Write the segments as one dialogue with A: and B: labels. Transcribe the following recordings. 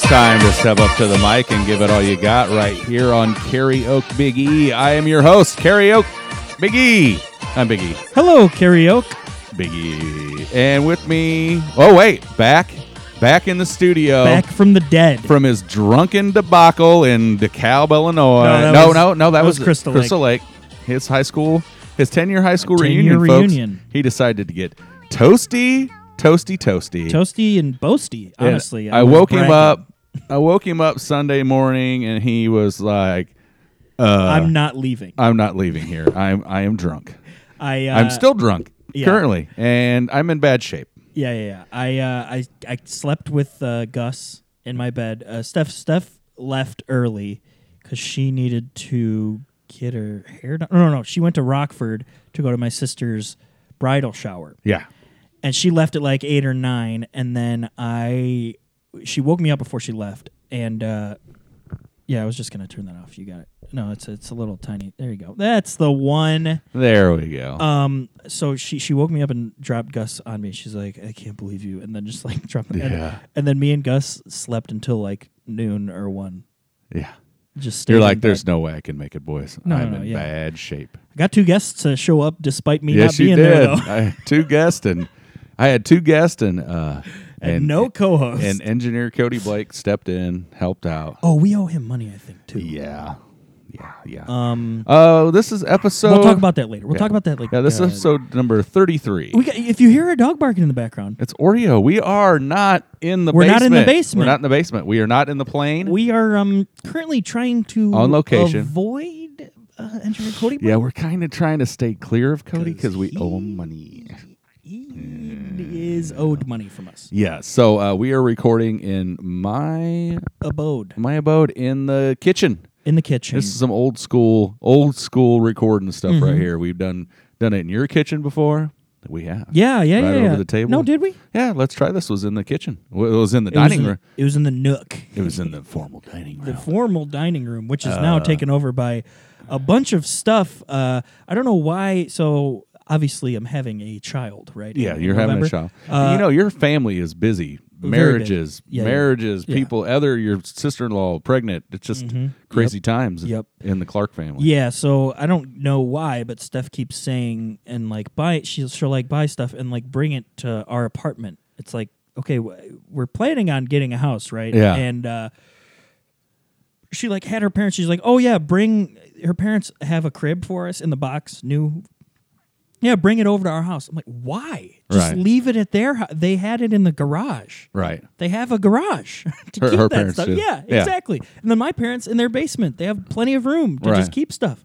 A: time to step up to the mic and give it all you got right here on Karaoke Big E. I am your host, Karaoke Big E. I'm Big E.
B: Hello, karaoke.
A: Big E. And with me, oh wait, back, back in the studio
B: Back from the dead.
A: Oh. from his drunken debacle in DeKalb, Illinois. No,
B: No, that
A: no,
B: was-
A: no, that,
B: that
A: was,
B: was Crystal Lake.
A: Crystal Lake. His high school, his ten-year high school
B: 10-year
A: reunion, folks.
B: reunion.
A: He decided to get toasty, toasty, toasty.
B: Toasty and boasty,
A: And
B: honestly.
A: I
B: I'm not
A: woke him
B: bragging.
A: up. I woke him up Sunday morning, and he was like, uh,
B: I'm not leaving.
A: "I'm not leaving here. I'm I am drunk.
B: I uh,
A: I'm still drunk
B: yeah.
A: currently, and I'm in bad shape."
B: Yeah, yeah, yeah. I uh, I I slept with uh, Gus in my bed. Uh, Steph Steph left early because she needed to get her hair done. No, no, no. She went to Rockford to go to my sister's bridal shower,
A: Yeah,
B: and she left at like eight or nine. And then I she woke me up before she left, and uh, yeah, I was just gonna turn that off. You got it. No, it's it's a little tiny. There you go. That's the one.
A: there we go.
B: Um, so she she woke me up and dropped Gus on me. She's like, I can't believe you, and then just like dropped. me.
A: Yeah.
B: And, and then me and Gus slept until like noon or one.
A: yeah,
B: Just stayed
A: you're
B: in
A: like,
B: bed.
A: "There's no way I can make it, boys.
B: No, no,
A: I'm
B: no,
A: in
B: yeah.
A: bad shape."
B: I got two guests to show up despite me
A: yes,
B: not
A: you
B: being
A: did.
B: there though,
A: I had two guests, and I had two guests, and uh,
B: and, no co-host.
A: and engineer Cody Blake stepped in, helped out.
B: oh, we owe him money, I think too.
A: Yeah, yeah, yeah.
B: Um,
A: Oh, this is episode.
B: we'll talk about that later. We'll
A: yeah.
B: talk about that later.
A: Yeah, this is
B: Uh,
A: episode number thirty-three.
B: We got, if you hear a dog barking in the background,
A: it's Oreo. We are not in the.
B: We're
A: basement.
B: not in the basement.
A: We're not in the basement. We are not in the plane.
B: we are um currently trying to
A: On location.
B: avoid uh, engineer Cody.
A: yeah, we're kind of trying to stay clear of Cody because we
B: 'Cause
A: owe him
B: he-
A: money.
B: he is owed money from us.
A: Yeah, so uh, we are recording in my
B: Abode
A: my abode in the kitchen.
B: in the kitchen.
A: This is some old school, old school recording stuff right
B: Mm-hmm.
A: here. We've done done it in your kitchen before. We have.
B: yeah, yeah,
A: right
B: yeah.
A: over
B: yeah.
A: the table.
B: No, did we?
A: Yeah, let's try this. Was in the kitchen. Well, It was in the
B: It was
A: dining
B: in-
A: room.
B: It was in the nook,
A: It was in the formal dining room.
B: the formal dining room, which is
A: Uh.
B: now taken over by a bunch of stuff. Uh, I don't know why. So obviously, I'm having a child, right?
A: Yeah,
B: in
A: you're having
B: November.
A: a child.
B: Uh,
A: you know, your family is busy.
B: very busy.
A: Marriages,
B: Yeah, yeah.
A: marriages,
B: Yeah. Mm-hmm.
A: people, other your sister in law pregnant. It's just crazy times
B: Yep.
A: in the Clark family.
B: Yeah, so I don't know why, but Steph keeps saying and like buy she'll she'll like buy stuff and like bring it to our apartment. It's like okay, w- we're planning on getting a house, right?
A: Yeah.
B: and uh, she like had her parents. She's like, oh yeah, bring her parents have a crib for us in the box, new. Yeah, bring it over to our house. I'm like, why? Just
A: Right.
B: leave it at their. Ho- they had it in the garage.
A: Right.
B: They have a garage to
A: Her-
B: keep
A: her
B: that
A: parents
B: stuff.
A: do.
B: Yeah,
A: Yeah.
B: exactly. And then my parents in their basement, they have plenty of room to
A: Right.
B: just keep stuff.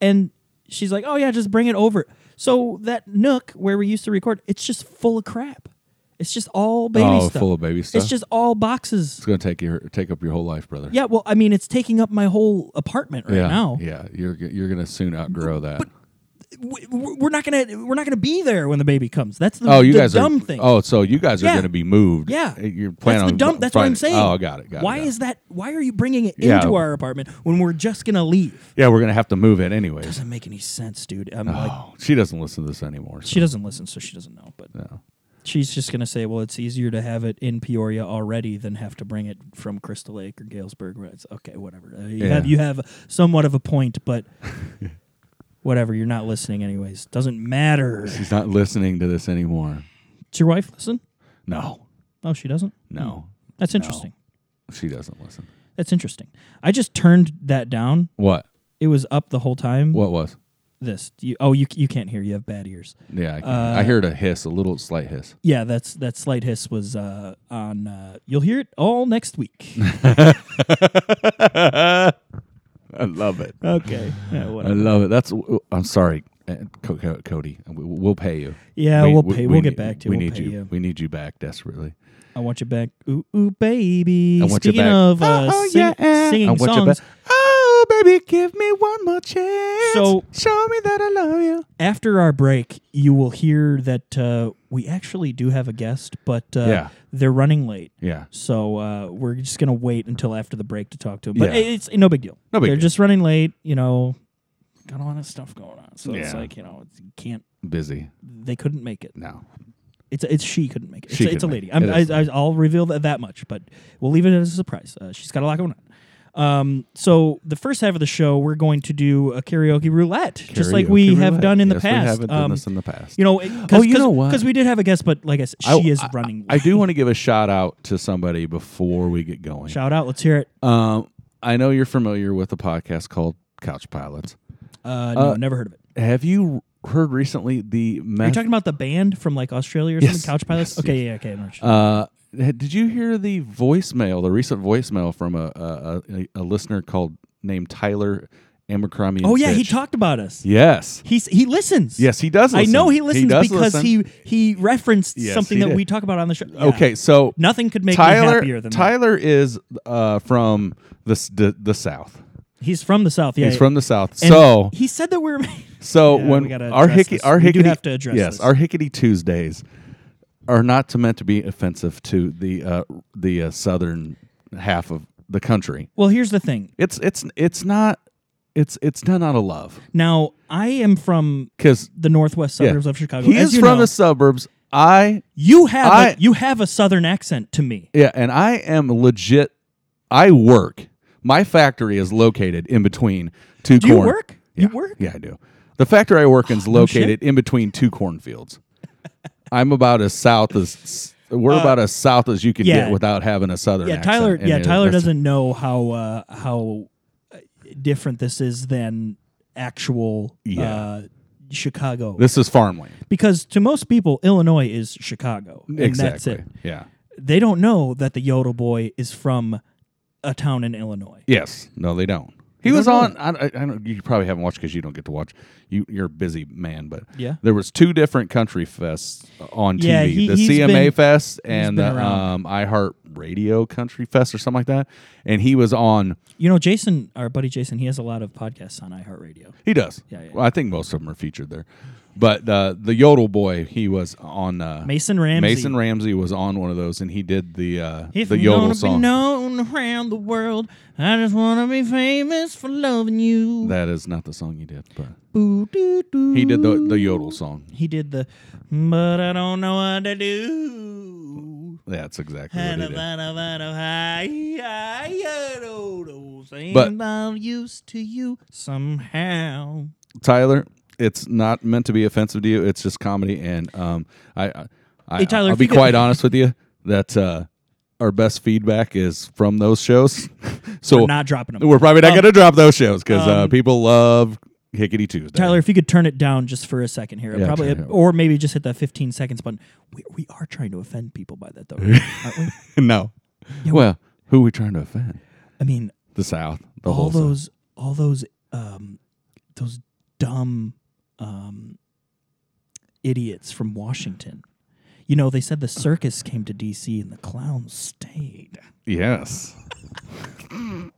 B: And she's like, "Oh yeah, just bring it over." So that nook where we used to record, it's just full of crap. It's just all baby
A: oh,
B: stuff.
A: full of baby stuff.
B: It's just all boxes.
A: it's going to take your take up your whole life, brother.
B: Yeah, well, I mean, it's taking up my whole apartment right
A: Yeah.
B: now.
A: Yeah. You're g- you're going to soon outgrow that.
B: We- We're not gonna we're not gonna be there when the baby comes. That's the,
A: oh, you
B: the
A: guys
B: dumb
A: are
B: thing.
A: Oh, so you guys are
B: Yeah.
A: going to be moved. Eh,
B: Yeah.
A: You're
B: That's
A: planning
B: the
A: on
B: dumb. That's what
A: finding-
B: I'm saying.
A: Oh, I got it. Got it,
B: why
A: got it.
B: is that? Why are you bringing it
A: Yeah.
B: into our apartment when we're just gonna leave?
A: Yeah, we're going to have to move it anyways.
B: Doesn't make any sense, dude. I'm like,
A: Oh, she doesn't listen to this anymore. so-
B: she doesn't listen, so she doesn't know. But
A: No.
B: she's just gonna say, well, it's easier to have it in Peoria already than have to bring it from Crystal Lake or Galesburg. Right? It's- okay, whatever. Uh, you
A: Yeah.
B: have you have somewhat of a point, but whatever. You're not listening, anyways. Doesn't matter.
A: She's not listening to this anymore.
B: Does your wife listen?
A: No.
B: No, she doesn't. Hmm.
A: No.
B: That's interesting.
A: She doesn't listen.
B: That's interesting. I just turned that down.
A: What?
B: It was up the whole time.
A: What was?
B: this. Do You, oh, you you can't hear. You have bad ears.
A: Yeah, I, can-
B: Uh,
A: I heard a hiss, a little slight hiss.
B: Yeah, that's that slight hiss was uh, on. Uh, you'll hear it all next week.
A: I love it.
B: okay. Yeah,
A: I
B: whatever.
A: love it. That's. I'm sorry, uh, Co- Co- Cody. We- We'll pay you.
B: Yeah,
A: We-
B: we'll
A: we-
B: pay.
A: we
B: We will get
A: need-
B: back to. you.
A: We
B: we'll
A: need
B: pay
A: you. We need you back desperately.
B: I want you back. Ooh, ooh, baby.
A: I want you
B: Speaking
A: back. Oh,
B: of uh, sing-
A: I
B: singing
A: want you back.
B: songs,
A: Oh, baby, give me one more chance.
B: So-
A: show me that I love you.
B: after our break, you will hear that uh, we actually do have a guest, but uh,
A: Yeah.
B: they're running late.
A: Yeah.
B: So uh, we're just gonna wait until after the break to talk to them. But
A: Yeah.
B: it's no big deal.
A: No big
B: They're
A: deal.
B: just running late. You know, got a lot of stuff going on, so it's
A: Yeah.
B: like you know, it's, you can't.
A: Busy.
B: They couldn't make it.
A: No.
B: It's it's she couldn't make it.
A: She
B: It's, it's a
A: couldn't
B: lady.
A: make it.
B: I'm,
A: It is a
B: I, I, I'll reveal that, that much, but we'll leave it as a surprise. Uh, she's got a lot going on. Um, so the first half of the show, we're going to do a karaoke roulette, just like
A: Karaoke
B: we have
A: roulette.
B: done in the
A: Yes,
B: past.
A: We haven't done
B: Um,
A: this in the past.
B: you know, it- cause,
A: Oh, you know what?
B: Because we did have a guest, but like I said, she
A: I-
B: is
A: I-
B: running.
A: I, do want to give a shout out to somebody before we get going.
B: Shout out! Let's hear it.
A: Um, I know you're familiar with a podcast called Couch Pilots.
B: Uh, no,
A: Uh,
B: never heard of it.
A: Have you heard recently the
B: Are you
A: meth-
B: talking about the band from like Australia or
A: Yes,
B: something? Couch Pilots?
A: yes,
B: okay, yeah, okay. I'm not sure.
A: Uh, did you hear the voicemail, the recent voicemail from a a, a, a listener called named Tyler Amakrammy?
B: oh, yeah, he talked about us.
A: Yes,
B: He's, he listens.
A: yes, he does.
B: I
A: Listen.
B: know he listens
A: does
B: because
A: listen.
B: he he referenced
A: Yes,
B: something
A: he
B: that
A: did.
B: we talk about on the show. Yeah.
A: Okay, so
B: Nothing could make me
A: Tyler
B: happier than
A: Tyler is uh, from the, s- the the South.
B: that. He's from the South. Yeah.
A: He's
B: yeah.
A: from the South.
B: And
A: so
B: he said that we're
A: So
B: Yeah, we
A: when
B: gotta
A: our
B: address
A: hickey,
B: this.
A: our
B: We do
A: hickey,
B: have to address
A: yes,
B: this.
A: our hickety Tuesdays are not to meant to be offensive to the uh, the uh, southern half of the country.
B: Well, here's the thing.
A: It's it's it's not it's it's done out of love
B: Now, I am from
A: because
B: the northwest
A: Yeah.
B: suburbs of Chicago.
A: he
B: As
A: is
B: you
A: from
B: know,
A: the suburbs. I
B: you have a-
A: I-
B: you have a southern accent to me.
A: yeah, and I am legit. I work. My factory is located in between two.
B: Do you
A: corn-
B: work?
A: Yeah.
B: You work?
A: Yeah, I do. The factory I work in is
B: Oh, shit.
A: located in between two cornfields. I'm about as south as we're about as south as you can
B: Uh, yeah.
A: get without having a southern.
B: Yeah,
A: accent.
B: Tyler.
A: And
B: Yeah,
A: it-
B: Tyler
A: that's-
B: doesn't know how uh, how uh, different this is than actual uh,
A: Yeah.
B: Chicago.
A: This is farmland.
B: because to most people, Illinois is Chicago. And
A: exactly.
B: That's it.
A: Yeah.
B: They don't know that the Yodel Boy is from a town in Illinois.
A: Yes. No, they don't. He
B: They
A: was
B: don't
A: on. I, I I don't. You probably haven't watched because you don't get to watch. You you're a busy man, but
B: Yeah.
A: there was two different country fests on
B: Yeah,
A: TV:
B: he-
A: the
B: he's
A: CMA
B: been-
A: Fest and
B: been
A: the um,
B: around.
A: iHeart Radio Country Fest or something like that. And he was on.
B: You know, Jason, our buddy Jason, he has a lot of podcasts on iHeartRadio.
A: He does.
B: Yeah, yeah.
A: Well, I think most of them are featured there. But uh, the Yodel Boy, he was on uh,
B: Mason Ramsey.
A: Mason Ramsey was on one of those, and he did the uh,
B: If
A: the
B: I'm
A: Yodel
B: gonna be
A: song.
B: known around the world, I just wanna be famous for loving you.
A: that is not the song he did, but
B: Boo, doo, doo.
A: he did the the Yodel song.
B: He did the. But I don't know what to do.
A: That's exactly what he did.
B: But I'm used to you somehow.
A: Tyler, it's not meant to be offensive to you. It's just comedy, and um, I, I, I
B: Hey, Tyler,
A: I'll
B: if
A: be
B: you could-
A: quite honest with you that uh, our best feedback is from those shows. so
B: We're not dropping them.
A: We're probably not
B: Um,
A: going to drop those shows because uh,
B: um,
A: people love Hickety Tuesday.
B: Tyler, if you could turn it down just for a second here,
A: Yeah,
B: probably,
A: turn it-
B: or maybe just hit that 15 seconds button. We, we are trying to offend people by that, though. right? Aren't we?
A: no. well, who are we trying to offend?
B: I mean,
A: The South. The
B: all
A: whole South.
B: those, all those, um, those dumb um, idiots from Washington. You know, they said the circus came to D.C. and the clowns stayed.
A: Yes.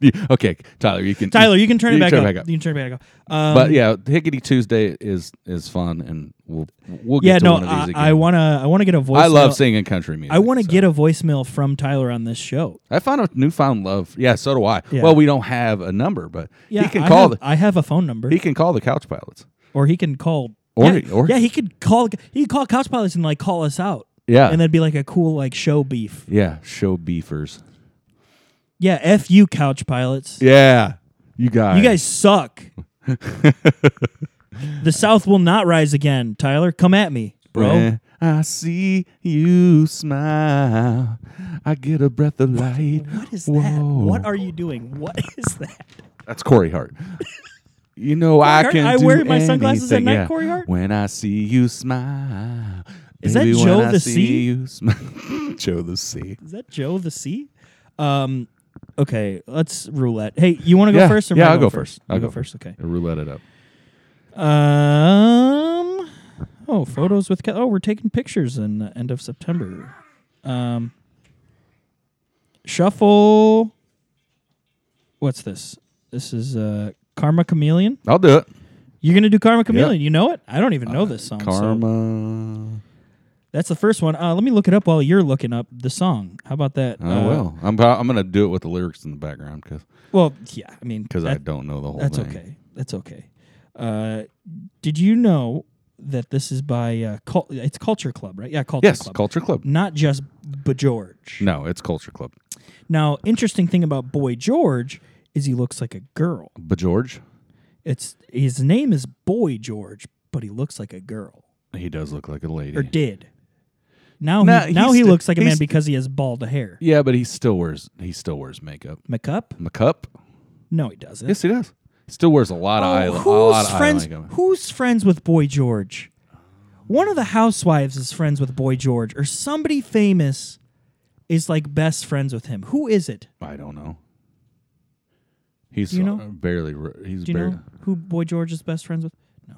A: You- okay, Tyler, you can.
B: Tyler, you can turn
A: You
B: it
A: can
B: back,
A: turn
B: up.
A: it back up.
B: You can turn it back up. Um,
A: but yeah, Hickety Tuesday is is fun, and we'll we'll get
B: yeah,
A: to
B: no,
A: one of these
B: I,
A: again.
B: I wanna, I wanna get a voicemail.
A: I love singing country music.
B: I want to
A: so.
B: get a voicemail from Tyler on this show.
A: I found a newfound love. Yeah, so do I.
B: Yeah.
A: Well, we don't have a number, but
B: Yeah,
A: he can
B: I
A: call.
B: Have, I have a phone number,
A: the, he can call the couch pilots.
B: or he can call.
A: Or-
B: yeah,
A: or-
B: yeah, he could call. He could call Couch Pilots and like call us out.
A: Yeah.
B: and that'd be like a cool like show beef.
A: Yeah, show beefers.
B: Yeah, f you, Couch Pilots.
A: Yeah, you guys.
B: You guys suck. the South will not rise again, Tyler. Come at me, bro.
A: When I see you smile, I get a breath of light.
B: What is that?
A: Whoa.
B: What are you doing? What is that?
A: That's Corey Hart. You know I
B: Hart?
A: can.
B: I
A: do
B: wear my sunglasses at
A: anything.
B: night,
A: Yeah.
B: Corey Hart?
A: When I see you smile,
B: Is that
A: baby, when
B: Joe
A: I
B: the
A: see
B: Sea?
A: You smile. Joe the Sea.
B: Is that Joe the C? Um, okay, let's roulette. Hey, you want to go
A: Yeah,
B: first? Or am
A: yeah,
B: I
A: I'll
B: going
A: go first.
B: I'll
A: I'll
B: go,
A: go
B: first. Okay.
A: Roulette it up.
B: Um. Oh, photos with. Ca- oh, we're taking pictures in the end of September. Um. Shuffle. What's this? This is uh, Karma Chameleon.
A: I'll do it.
B: You're gonna do Karma Chameleon. You know it? I don't even know this song. so-
A: Uh, Karma.
B: that's the first one. Uh, let me look it up while you're looking up the song. How about that?
A: Oh
B: Uh,
A: well, I'm pro- I'm gonna do it with the lyrics in the background because
B: Well, yeah. I mean,
A: because I
B: that-
A: don't know the whole
B: That's
A: thing.
B: okay. That's okay. Uh, did you know that this is by uh, cul- it's Culture Club, right? Yeah, Culture
A: Yes,
B: Club.
A: Culture Club.
B: Not just Boy George.
A: No, it's Culture Club.
B: Now, interesting thing about Boy George is he looks like a girl.
A: But George,
B: It's his name is Boy George, but he looks like a girl
A: he does look like a lady.
B: or did. Now
A: Nah,
B: he
A: he's
B: now he
A: sti-
B: looks like a
A: he's
B: man
A: sti-
B: because he has bald hair.
A: yeah, but he still wears he still wears makeup.
B: McCup?
A: Makeup?
B: No, he doesn't.
A: Yes, he does. Still wears a lot of eye, a
B: Oh, who's
A: lot of eye
B: friends?
A: makeup.
B: Who's friends with Boy George? One of the housewives is friends with Boy George, or somebody famous is like best friends with him. Who is it?
A: I don't know. He's
B: Do you know?
A: uh, barely. re- He's
B: Do you
A: barely.
B: know who Boy George is best friends with? No,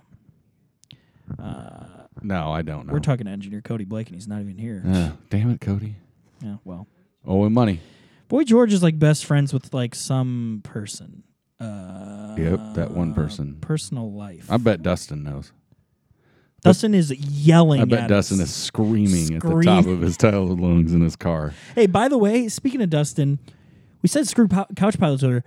A: No, I don't know.
B: we're talking to engineer Cody Blake, and he's not even here.
A: Uh, damn it, Cody.
B: yeah, well,
A: Owing money.
B: Boy George is like best friends with like some person. Uh,
A: Yep, that one person.
B: Personal life.
A: I bet Dustin knows.
B: Dustin is yelling.
A: I bet
B: at
A: Dustin
B: us.
A: is screaming at the top
B: Scream.
A: of his title lungs in his car.
B: Hey, by the way, speaking of Dustin, we said screw po- couch pilots earlier.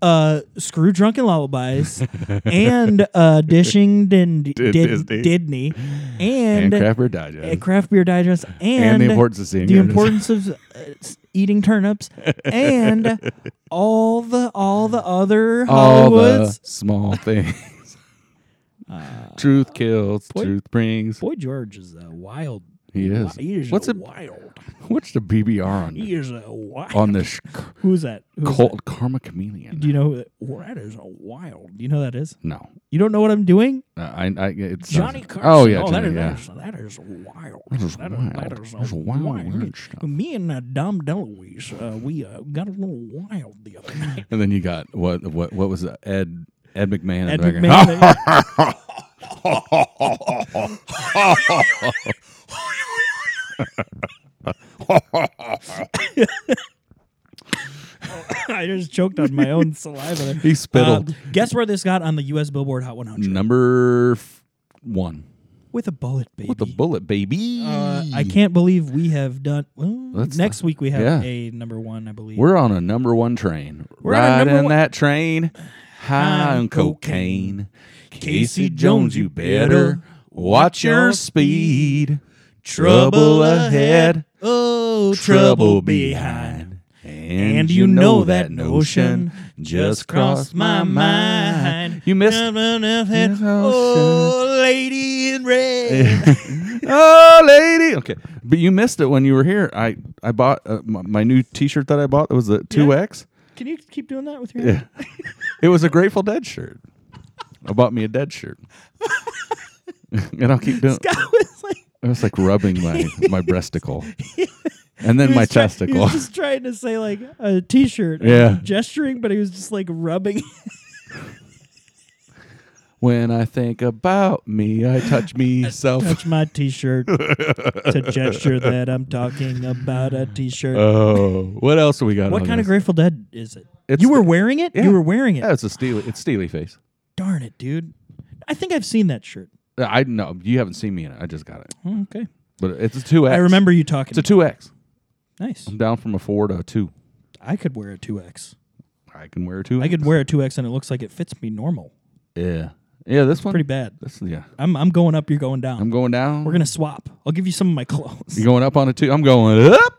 B: Uh, screw drunken lullabies and uh, dishing din- did-
A: Disney.
B: Didney
A: And,
B: and,
A: Crapper Digest.
B: uh, craft beer digest and,
A: the importance of seeing
B: the
A: your dis-
B: importance of uh, s- eating turnips and all the all the other
A: All the
B: Hollywoods. Uh,
A: small things. truth kills. truth brings.
B: Boy George is a wild.
A: He is.
B: He is
A: What's
B: a
A: it?
B: wild.
A: What's the BBR on
B: He is a wild.
A: on this
B: Who's that? Who's
A: cult karma chameleon?
B: that? Do you know who that? Well, that is a wild. Do you know who that is?
A: no.
B: You don't know what I'm doing?
A: Uh, I, I, it's
B: Johnny
A: Carson.
B: Carson.
A: Oh yeah,
B: that,
A: Johnny,
B: is,
A: yeah.
B: that is that is wild.
A: That is
B: That
A: wild.
B: that is
A: That's wild, weird stuff.
B: Me and uh, Dom DeLuise, uh, we uh, got a little wild the other night.
A: And then you got what what what was that? Ed Ed McMahon. in
B: Ed
A: the background.
B: McMahon, I just choked on my own saliva.
A: He
B: There.
A: spittled.
B: Uh, guess where this got on the U.S. Billboard Hot
A: Mm.
B: 100
A: Number f- one
B: with a bullet, baby.
A: with the bullet, baby.
B: uh, I can't believe we have done. Well,
A: That's
B: next week we have
A: yeah.
B: a number one, I believe.
A: We're on a number one train.
B: We're on a
A: Riding
B: number one-
A: that train high
B: High
A: on
B: on
A: cocaine. Casey
B: Casey
A: Jones,
B: Jones,
A: you
B: you
A: better
B: better
A: watch
B: watch
A: your
B: your
A: speed. Trouble ahead,
B: oh
A: trouble behind. And,
B: And
A: you
B: you
A: know
B: know
A: that
B: that
A: notion
B: notion
A: just crossed my mind. You missed.
B: Oh, lady in red.
A: oh, lady. Okay, but you missed it when you were here. I I bought uh, my, my new T-shirt that I bought. It was a two X.
B: Can you keep doing that with your?
A: Yeah. it was a Grateful Dead shirt. I bought me a Dead shirt, and I'll keep doing. it.
B: I was like,
A: I was like rubbing my my breasticle, and then
B: he
A: my
B: was try- He
A: testicle.
B: was just trying to say like a T-shirt. and
A: Yeah.
B: gesturing, but he was just like rubbing.
A: when I think about me, I touch myself.
B: Touch my T-shirt to gesture that I'm talking about a T-shirt.
A: oh, what else do we got?
B: what
A: on
B: kind of
A: this?
B: Grateful Dead is it?
A: It's
B: you were
A: the-
B: wearing it.
A: Yeah.
B: You were wearing it.
A: Yeah, it's a steely. It's steely face.
B: Darn it, dude! I think I've seen that shirt.
A: Uh, I know you haven't seen me in it. I just got it,
B: Oh, Okay,
A: but it's a two X.
B: I remember you talking.
A: it's a two X.
B: nice.
A: I'm down from a four to a two.
B: I could wear a two X.
A: I can wear a two.
B: I could wear a two X, and it looks like it fits me normal.
A: Yeah, yeah. This one.
B: Pretty bad.
A: This yeah.
B: I'm I'm going up. You're going down.
A: I'm going down.
B: We're gonna swap. I'll give you some of my clothes
A: You going up on a two? I'm going up.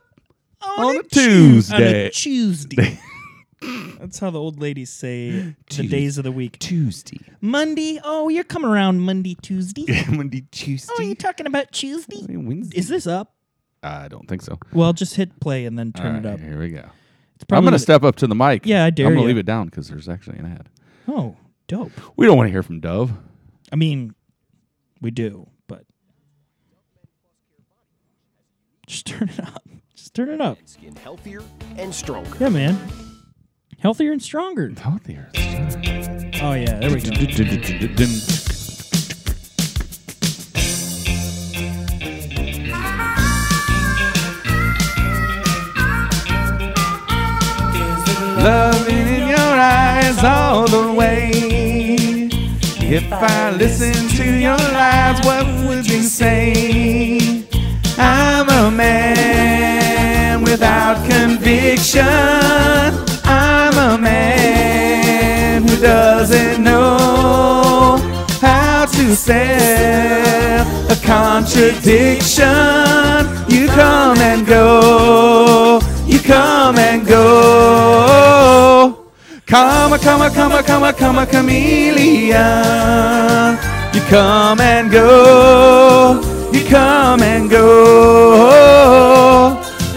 A: on a
B: Tues- On
A: Tuesday.
B: a Tuesday. That's how the old ladies say the days of the week.
A: Tuesday.
B: Monday. Oh, you're coming around Monday, Tuesday.
A: Monday, Tuesday.
B: Oh, you talking about Tuesday?
A: Wednesday.
B: Is this up?
A: I don't think so.
B: Well, just hit play and then turn
A: All right,
B: it up.
A: Here we go.
B: It's
A: I'm going to
B: the-
A: step up to the mic.
B: Yeah, I
A: I'm
B: dare
A: gonna
B: ya.
A: leave it down because there's actually an ad.
B: Oh, dope.
A: We don't want to hear from Dove.
B: I mean, we do, but just turn it up. Just turn it up.
C: skin healthier and stronger.
B: Yeah, man. Healthier and stronger.
A: Healthier.
B: Oh yeah, there we go.
A: Loving in your eyes all the way. If I listen to your lies, what would you say? I'm a man without conviction. I'm a man who doesn't know how to say contradiction. You come and go. You come and go. Come, come, come, come, come, chameleon. You come and go. You come and go.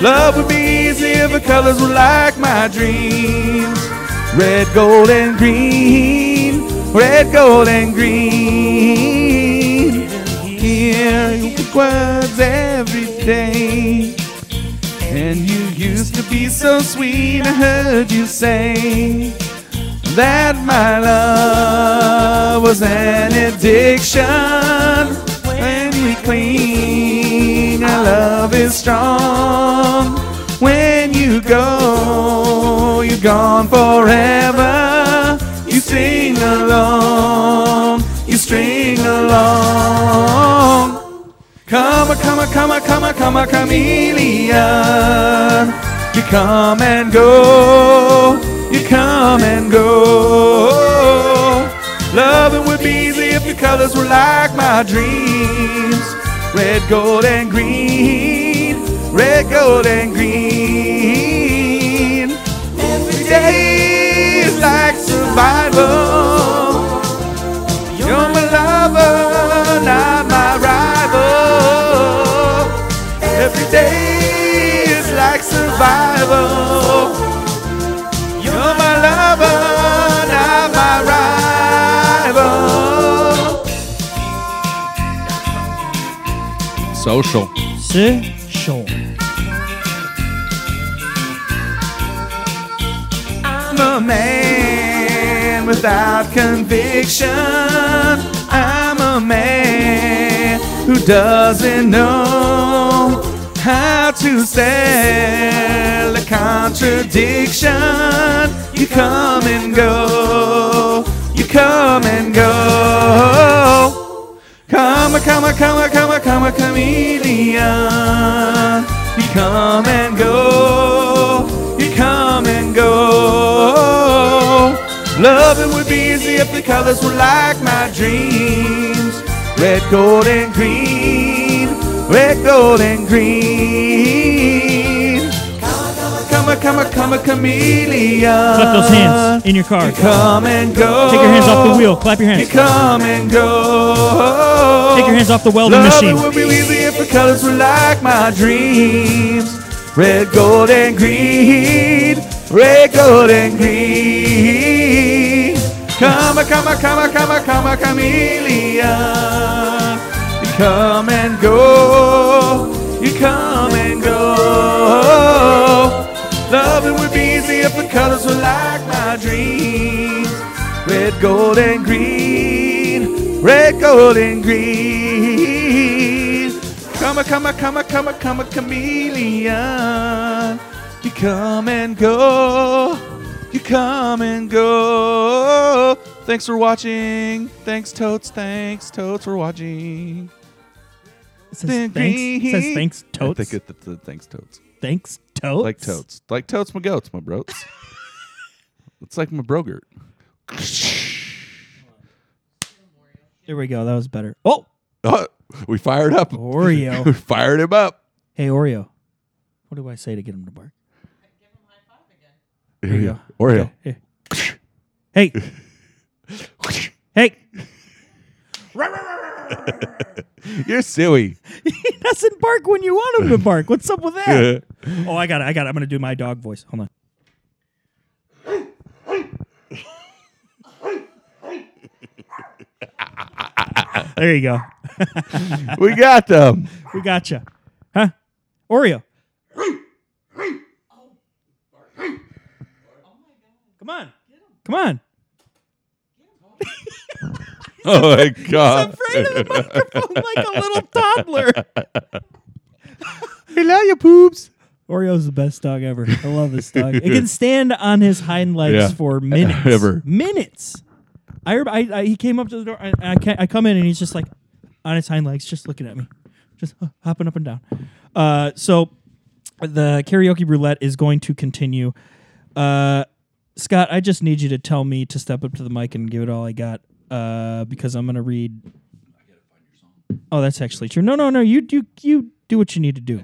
A: Love would be easy if the colors were like my dreams. Red, gold, and green. Red, gold, and green. Hear words every day. And you used to be so sweet, I heard you say that my love was an addiction. When we cling, our love is strong. When you go, you're gone forever. You sing along, you string along. Come, a, come, a, come, a, come, a, come, a chameleon. You come and go. You come and go. Loving would be easy if your colors were like my dreams. Red, gold, and green. Red, gold, and green. Every day is like survival. You're my lover, not my rival. Every day is like survival. You're my lover, not my rival. Social.
B: Social.
A: Uh, I'm a man without conviction. I'm a man who doesn't know how to sell a contradiction. You come and go. You come and go. Come, come, come, come, come, chameleon. You come and go. You come and go. Loving would be easy if the colors were like my dreams. Red, gold, and green. Red, gold, and green. Come, come, come, chameleon.
B: Clap those hands in your car.
A: You come and go.
B: Take your hands off the wheel. Clap your
A: You
B: hands.
A: come and go.
B: Take your hands off the welding
A: Love
B: machine.
A: it would be easy if the colors were like my dreams. Red, gold, and green. Red, gold, and green. Come, a, come, a, come, a, come, a, come, a chameleon. You come and go. You come and go. Love it would be easy if the colors were like my dreams. Red, gold, and green. Red, gold, and green. Come a, come a, come a, come a, come a chameleon. You come and go. You come and go. Thanks for watching. Thanks, Totes. Thanks, Totes, for watching.
B: It says thanks. It says thanks, totes.
A: I think it, th- th- thanks, Totes.
B: thanks, totes.
A: Like totes. Like totes my goats, my broats. it's like my brogert.
B: There we go. That was better. Oh,
A: Oh, we fired up. we
B: Oreo.
A: fired him up.
B: hey, Oreo. What do I say to get him to bark?
A: Here
B: you
A: you go. Oreo.
B: Hey. Hey. hey.
A: You're silly.
B: He doesn't bark when you want him to bark. What's up with that? oh, I got it. I got it. I'm going to do my dog voice. Hold on. there you go.
A: we got them.
B: We got you. Huh? Oreo. Come on. Come on.
A: Oh my god.
B: Afraid of the microphone like a little toddler.
A: We love your poops.
B: Oreo's the best dog ever. I love this dog. It can stand on his hind legs
A: Yeah.
B: for minutes.
A: Ever.
B: Minutes. I, rem- I, I he came up to the door. I, I, ca- I come in and he's just like on his hind legs, just looking at me, just uh, hopping up and down. Uh, so the karaoke roulette is going to continue. Uh, Scott, I just need you to tell me to step up to the mic and give it all I got uh, because I'm going to read. Oh, that's actually true. No, no, no. You do you do what you need to do.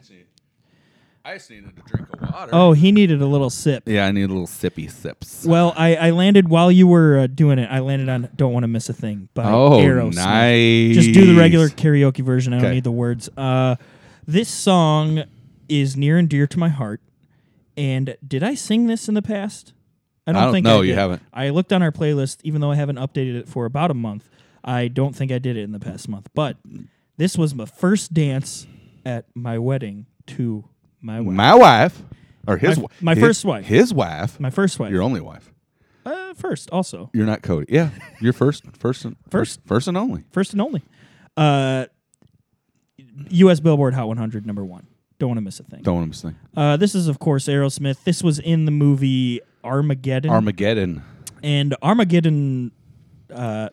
A: I just needed a drink of water.
B: Oh, he needed a little sip.
A: Yeah, I need a little sippy sips.
B: Well, I, I landed while you were uh, doing it. I landed on "Don't Want to Miss a Thing" by
A: oh,
B: Aerosmith.
A: nice.
B: Just do the regular karaoke version. I don't
A: Okay.
B: need the words. Uh, this song is near and dear to my heart. And did I sing this in the past?
A: I don't know, you
B: did.
A: haven't.
B: I looked on our playlist, even though I haven't updated it for about a month. I don't think I did it in the past month. But this was my first dance at my wedding to my wife.
A: My wife, or his
B: My-
A: wi-
B: my
A: his-
B: first wife.
A: His wife.
B: my first wife.
A: your only wife.
B: uh, first, also.
A: You're not Cody. Yeah, you're first, first, and,
B: First.
A: first and only.
B: First and only. Uh, U.S. Billboard Hot 100, number one. Don't want to miss a thing.
A: Don't want him to sing
B: Uh, this is, of course, Aerosmith. This was in the movie Armageddon,
A: Armageddon.
B: and Armageddon, uh,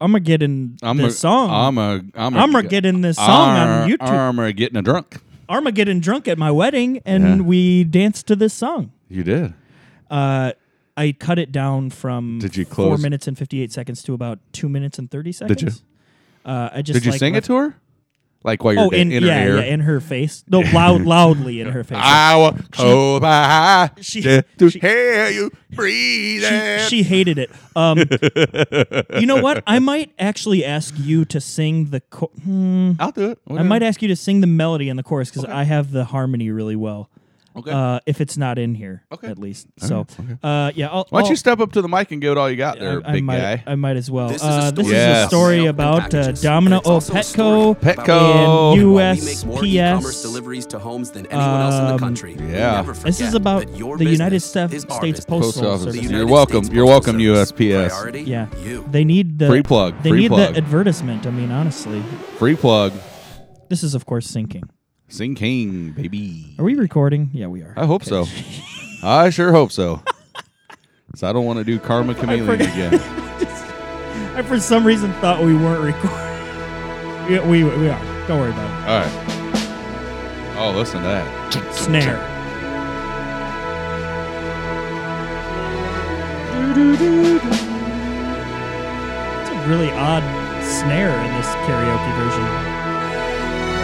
B: Armageddon, the song,
A: I'm a. I'm a.
B: Armageddon, the song on YouTube,
A: Armageddon, a drunk.
B: Armageddon drunk at my wedding, and
A: Yeah.
B: we danced to this song.
A: You did.
B: Uh, I cut it down from
A: Did you
B: four
A: close-
B: minutes and fifty eight seconds to about two minutes and thirty seconds.
A: Did you?
B: Uh, I just
A: Did you
B: like,
A: sing it
B: left-
A: to her? Like while you're
B: Oh, in,
A: in, her
B: yeah,
A: ear.
B: yeah, in her face. No, loud, loudly in her face.
A: I will go by
B: She-
A: to to
B: she-
A: hear you breathing.
B: she, she hated it. Um, you know what? I might actually ask you to sing the. cho- hmm,
A: I'll do it.
B: I might ask you to sing the melody in the chorus because I have the harmony really well.
A: Okay.
B: Uh, if it's not in here,
A: Okay.
B: at least. so, uh, yeah. I'll,
A: Why don't
B: I'll-
A: you step up to the mic and give it all you got there,
B: I, I
A: big
B: might,
A: guy?
B: I might as well.
D: This is a
B: uh,
D: story
B: this is a
A: Yes.
B: story
D: about
B: about uh,
D: packages,
B: Domino.
D: but it's
B: Oh,
D: also a story
B: Petco.
D: Oh.
A: about Petco.
B: And
A: While
D: We make
B: USPS.
D: more e-commerce deliveries to homes than anyone else in the country. We
A: yeah.
D: never
B: This is
D: forget
B: about
D: that your
B: the United
D: business
B: States
D: is our
B: States
D: business.
B: Postal,
A: Post office.
D: The
B: Service.
A: You're
D: United
A: welcome.
D: States
A: You're
D: Postal
A: welcome,
D: Service.
A: USPS.
D: Priority,
B: Yeah,
D: you.
B: they need the
A: Free plug,
B: They
A: free
B: need
A: plug.
B: the advertisement. I mean, honestly,
A: Free plug.
B: this is of course sinking.
A: Sing King, baby.
B: Are we recording? Yeah, we are.
A: I hope so. I sure hope so. So I don't want to do Karma Chameleon
B: forgot.
A: again.
B: I for some reason thought we weren't recording. Yeah, we we are. Don't worry about
A: All right. Oh, listen to that.
B: it. Snare. It's a really odd snare in this karaoke version.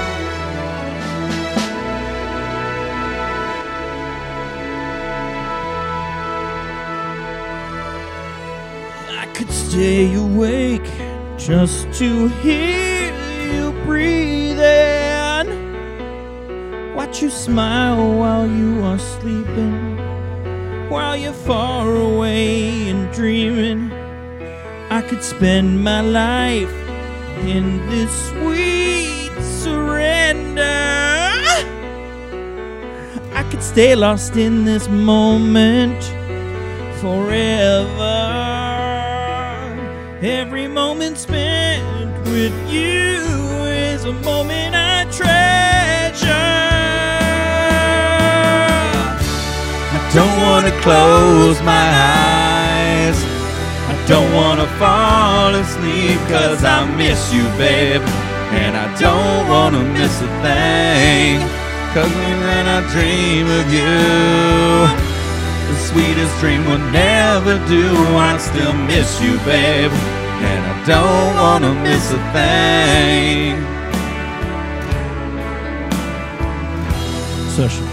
B: I could stay awake just to hear you breathing. Watch you smile while you are sleeping, while you're far away and dreaming. I could spend my life in this sweet surrender. I could stay lost in this moment forever. Every moment spent with you is a moment I treasure.
A: I don't want to close my eyes. I don't want to fall asleep because I miss you, babe. And I don't want to miss a thing because when I dream of you, the sweetest dream will never do. I still miss you, babe. And I don't want to miss a thing.
B: Session.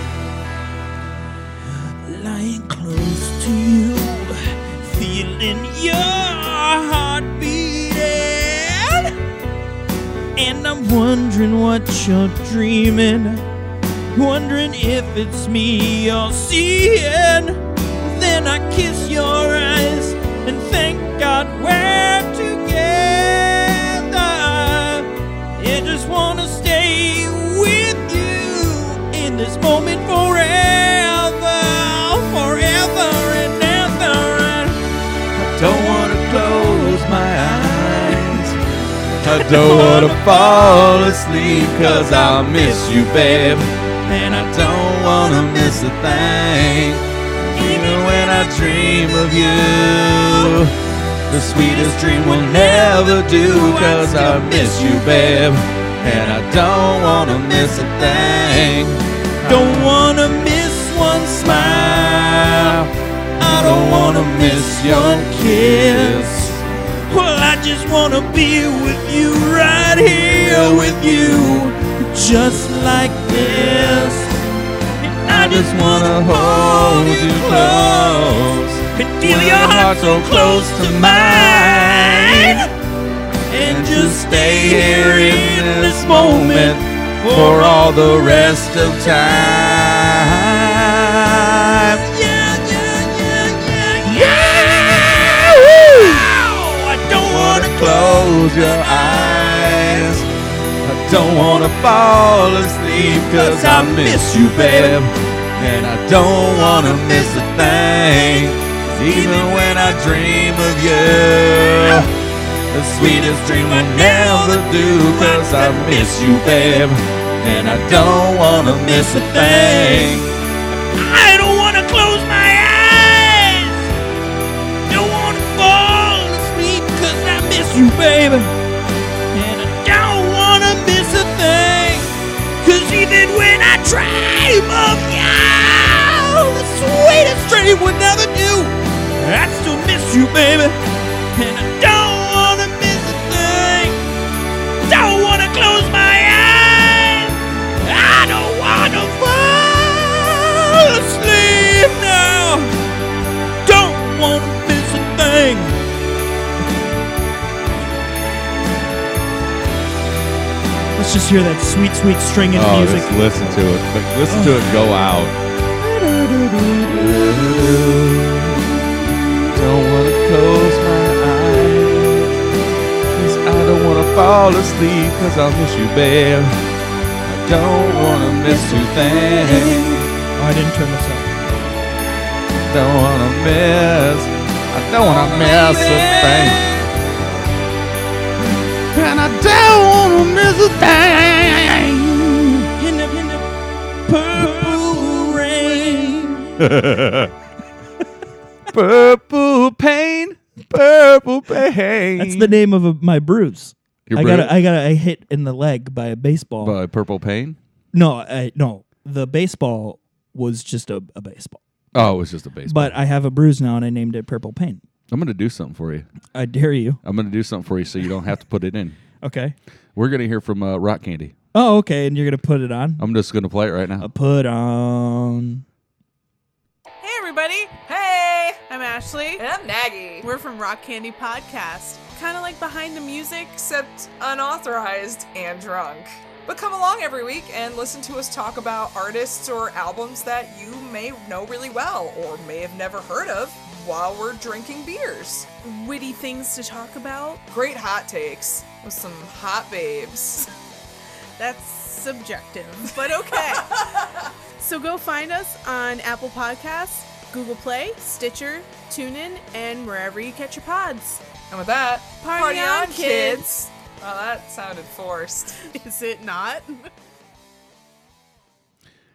B: Lying close to you, feeling your heart beating. And I'm wondering what you're dreaming, wondering if it's me you're seeing. Then I kiss your eyes and thank God we're together. I just wanna stay with you in this moment forever, forever and ever.
A: Don't wanna close my eyes. I don't wanna fall asleep cause I miss you, babe. And I don't wanna miss a thing. Even when I dream of you, the sweetest dream will never do cause I miss you, babe. And I don't wanna miss a thing.
B: Don't wanna miss one smile. I
A: Don't wanna miss your kiss.
B: Well, I just wanna be with you right here.
D: here with you.
B: just like this.
D: I just wanna hold you close.
B: Could
D: Feel your heart so close to mine. And just stay here in this moment for all the rest of time. Yeah, yeah, yeah, yeah, yeah. Ah, Woo! I don't wanna close your eyes. I don't wanna fall asleep cause I miss you, babe. And I don't wanna miss a thing. 'Cause Even when I dream of you, the sweetest dream I never do. Cause I miss you, babe. And I don't wanna miss a thing.
E: I don't want to close my eyes. Don't want to fall asleep 'cause I miss you, baby. And I don't want to miss a thing. 'Cause even when I dream of you, the sweetest dream would never do. I still miss you, baby. And I don't want to miss a thing. Don't want to close my eyes. I don't want to fall asleep now. Don't want to miss a thing.
B: Let's just hear that sweet, sweet stringing
A: Oh,
B: music.
A: just listen to it. Like, Listen to it go out.
F: Don't wanna close my eyes. Cause I don't wanna fall asleep cause I miss you, babe. I don't wanna miss you thing.
B: Oh, I didn't turn this up.
F: Don't wanna miss. I don't wanna miss a thing. And I don't wanna miss a thing.
E: In the, in the purple rain.
F: Purple pain. Purple pain.
B: That's the name of a, my bruise.
A: Your
B: I
A: bruise?
B: got a, I got a, a hit in the leg by a baseball.
A: By Purple Pain?
B: no, I, no, the baseball was just a, a baseball.
A: Oh, it was just a baseball.
B: But I have a bruise now, and I named it Purple Pain.
A: I'm going to do something for you.
B: I dare you.
A: I'm going to do something for you so you don't have to put it in.
B: Okay.
A: We're going to hear from uh, Rock Candy.
B: Oh, okay. And you're gonna put it on.
A: I'm just going to play it right now.
B: Uh, put on.
G: Hey, everybody. Hey. I'm Ashley.
H: And I'm Maggie.
G: We're from Rock Candy Podcast. Kind of like behind the music.
H: Except unauthorized and drunk. But come along every week and listen to us talk about artists or albums that you may know really well or may have never heard of while we're drinking beers.
G: Witty things to talk about.
H: Great hot takes with some hot babes.
G: That's subjective, but okay. so go find us on Apple Podcasts, Google Play, Stitcher, TuneIn, and wherever you catch your pods.
H: And with that,
G: Party on, kids.
H: Well, that sounded forced.
G: Is it not?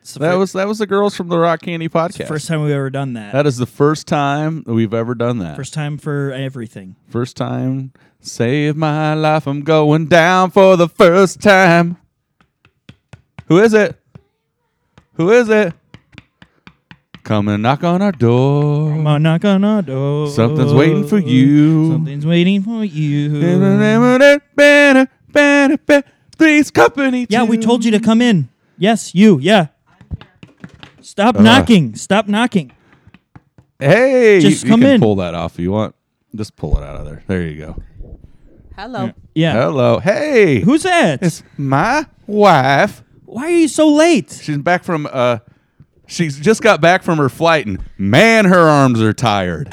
B: It's the
A: that
B: fir-
A: was that was the girls from the Rock Candy
B: it's the
A: podcast.
B: first time we've ever done that.
A: that is the first time that we've ever done that.
B: First time for everything.
A: First time. Save my life. I'm going down for the first time. Who is it? Who is it? Come and knock on our door.
B: Come on, knock on our door.
A: Something's waiting for you.
B: Something's waiting for you.
A: Three's company.
B: Yeah, we told you to come in. Yes, you. Yeah. Stop
A: Uh.
B: knocking. Stop knocking.
A: Hey,
B: Just
A: you,
B: come
A: you can
B: in.
A: Pull that off if you want. Just pull it out of there. There you go.
I: Hello.
B: Yeah.
A: Hello. Hey.
B: Who's that?
A: It's my wife.
B: Why are you so late?
A: She's back from uh she's just got back from her flight and man her arms are tired.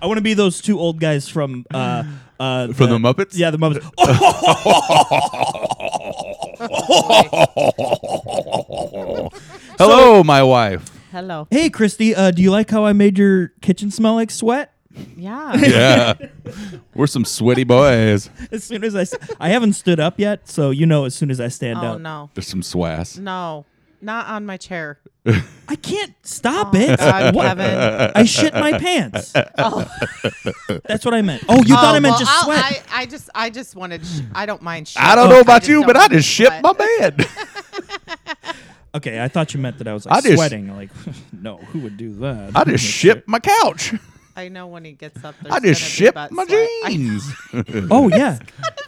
B: I want to be those two old guys from uh uh
A: From the Muppets?
B: Yeah, the Muppets. Oh,
A: Hello, my wife.
I: Hello.
B: Hey, Christy, uh, do you like how I made your kitchen smell like sweat?
I: Yeah.
A: Yeah. We're some sweaty boys.
B: As soon as I, s- I haven't stood up yet, so you know, as soon as I stand
I: oh
B: up,
I: no.
A: There's some swass.
I: No. Not on my chair.
B: I can't stop it.
I: God,
B: What?
I: Oh, Kevin.
B: I shit my pants.
I: Oh.
B: That's what I meant. Oh, you thought I
I: Oh,
B: meant
I: well,
B: just
I: I'll-
B: sweat.
I: I, I just I just wanted sh- I don't mind shit.
A: I don't know about
I: just
A: you,
I: don't
A: but I
I: mind
A: just shit
I: sweat.
A: my bed.
B: okay, I thought you meant that I was like
A: I just-
B: sweating. Like, no, who would do that?
A: I just shit my couch.
I: I know when he gets up.
A: I
I: there's
A: just
I: gonna be
A: shit
I: butt
A: my
I: sweat. I-
A: jeans.
B: Oh yeah,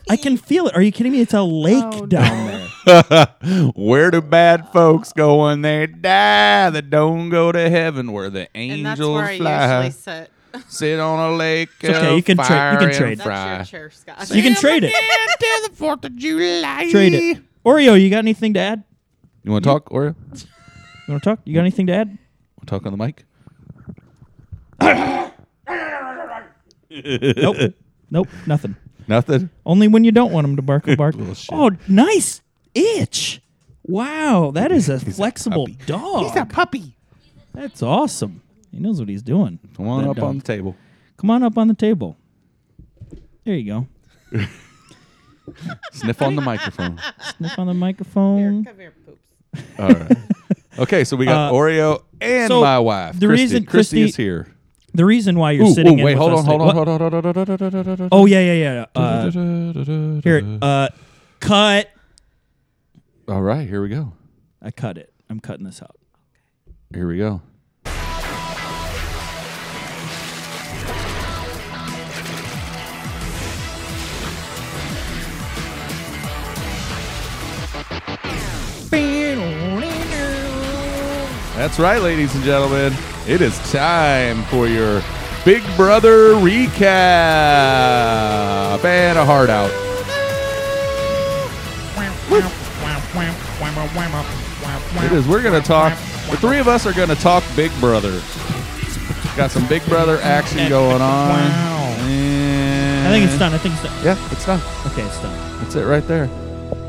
B: I can feel it. Are you kidding me? It's a lake
I: Oh,
B: down
I: no.
B: there.
A: where do bad folks go when they die? That don't go to heaven where the
I: and
A: angels
I: that's where I
A: fly.
I: usually sit.
A: Sit on a lake.
B: It's okay,
A: of
B: you can tra- you
A: fire
B: can
A: and
B: trade.
I: That's
A: Fry.
I: your chair, Scott.
B: You can trade it.
A: Until the Fourth of July.
B: Trade it. Oreo, you got anything to add?
A: You want to talk, Oreo? Want
B: You want to talk? You got anything to add?
A: to talk on the mic?
B: Nope. nope. Nothing.
A: Nothing.
B: Only when you don't want them to bark or bark. oh, nice itch. Wow, that is a flexible
A: puppy.
B: dog.
A: puppy.
B: That's awesome. He knows what he's doing.
A: Come on
B: That
A: up
B: dog.
A: on the table.
B: Come on up on the table. There you go.
A: Sniff on the microphone.
B: Sniff on the
I: Here,
B: microphone.
I: come here, poops.
A: All right. Okay, so we got
B: Uh,
A: Oreo and
B: so
A: my wife.
B: the
A: Christy.
B: reason-
A: Christy,
B: Christy-
A: is here.
B: The reason why you're sitting in
A: wait,
B: with
A: hold
B: us
A: on,
B: today-
A: hold
B: What?
A: on, hold on, hold on, hold on, hold on, hold on.
B: Oh yeah, yeah, yeah. Uh, here, uh, cut.
A: All right, here we go.
B: I cut it. I'm cutting this out.
A: Here we go. That's right, ladies and gentlemen. It is time for your Big Brother recap and a heart out. It is. We're going to talk. The three of us are going to talk Big Brother. Got some Big Brother action going on.
B: Wow.
A: And-
B: I think it's done. I think it's done.
A: Yeah, it's done.
B: Okay, it's done.
A: That's it right there.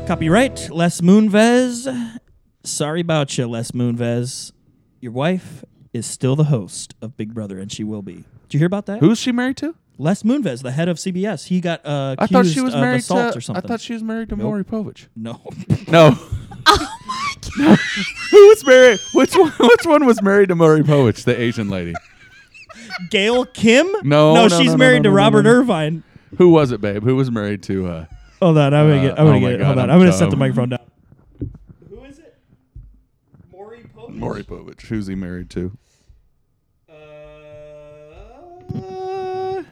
B: Copyright Les Moonves. Sorry about you, Les Moonves. Your wife is still the host of Big Brother, and she will be. Did you hear about that?
A: Who's she married to?
B: Les Moonves, the head of CBS. He got uh,
A: I
B: accused
A: thought she was
B: of
A: married
B: assault
A: to.
B: or
A: I
B: something.
A: thought she was married to Maury Povich.
B: no.
A: No. Oh my god. Who was married? Which one? Which one was married to Maury Povich, the Asian lady?
B: Gail Kim?
A: No,
B: No,
A: no,
B: she's
A: no, no,
B: married
A: no,
B: to
A: no, no,
B: Robert
A: no.
B: Irvine.
A: Who was it, babe? Who was married to? Uh,
B: Hold on, I'm gonna get. I'm
A: Uh,
B: gonna
A: oh my
B: get.
A: God,
B: hold on,
A: I'm
B: I'm, gonna set
A: dumb.
B: the microphone down. Who is it? Maury Povich.
A: Maury Povich. Who's he married to?
B: Uh,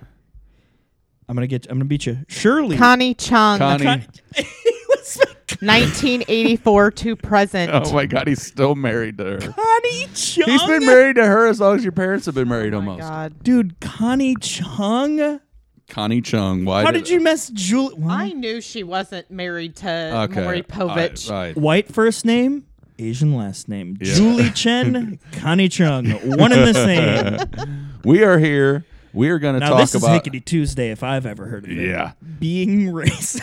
B: I'm gonna get. I'm gonna beat you. Shirley.
I: Connie Chung,
A: Connie.
B: Con- It was like
I: 1984 to present.
A: Oh my god, he's still married to her.
B: Connie Chung.
A: He's been married to her as long as your parents have been married, almost.
I: God.
B: Dude, Connie Chung.
A: Connie Chung. Why?
B: How did you mess Julie?
I: I knew she wasn't married to
A: Okay. uh,
I: Maury Povich.
A: All right, all right.
B: White first name, Asian last name.
A: Yeah.
B: Julie Chen, Connie Chung. One and the same.
A: We are here. We are going to
B: Now
A: talk
B: this is
A: about.
B: Hickety Tuesday, if I've ever heard of it.
A: Yeah.
B: Being racist.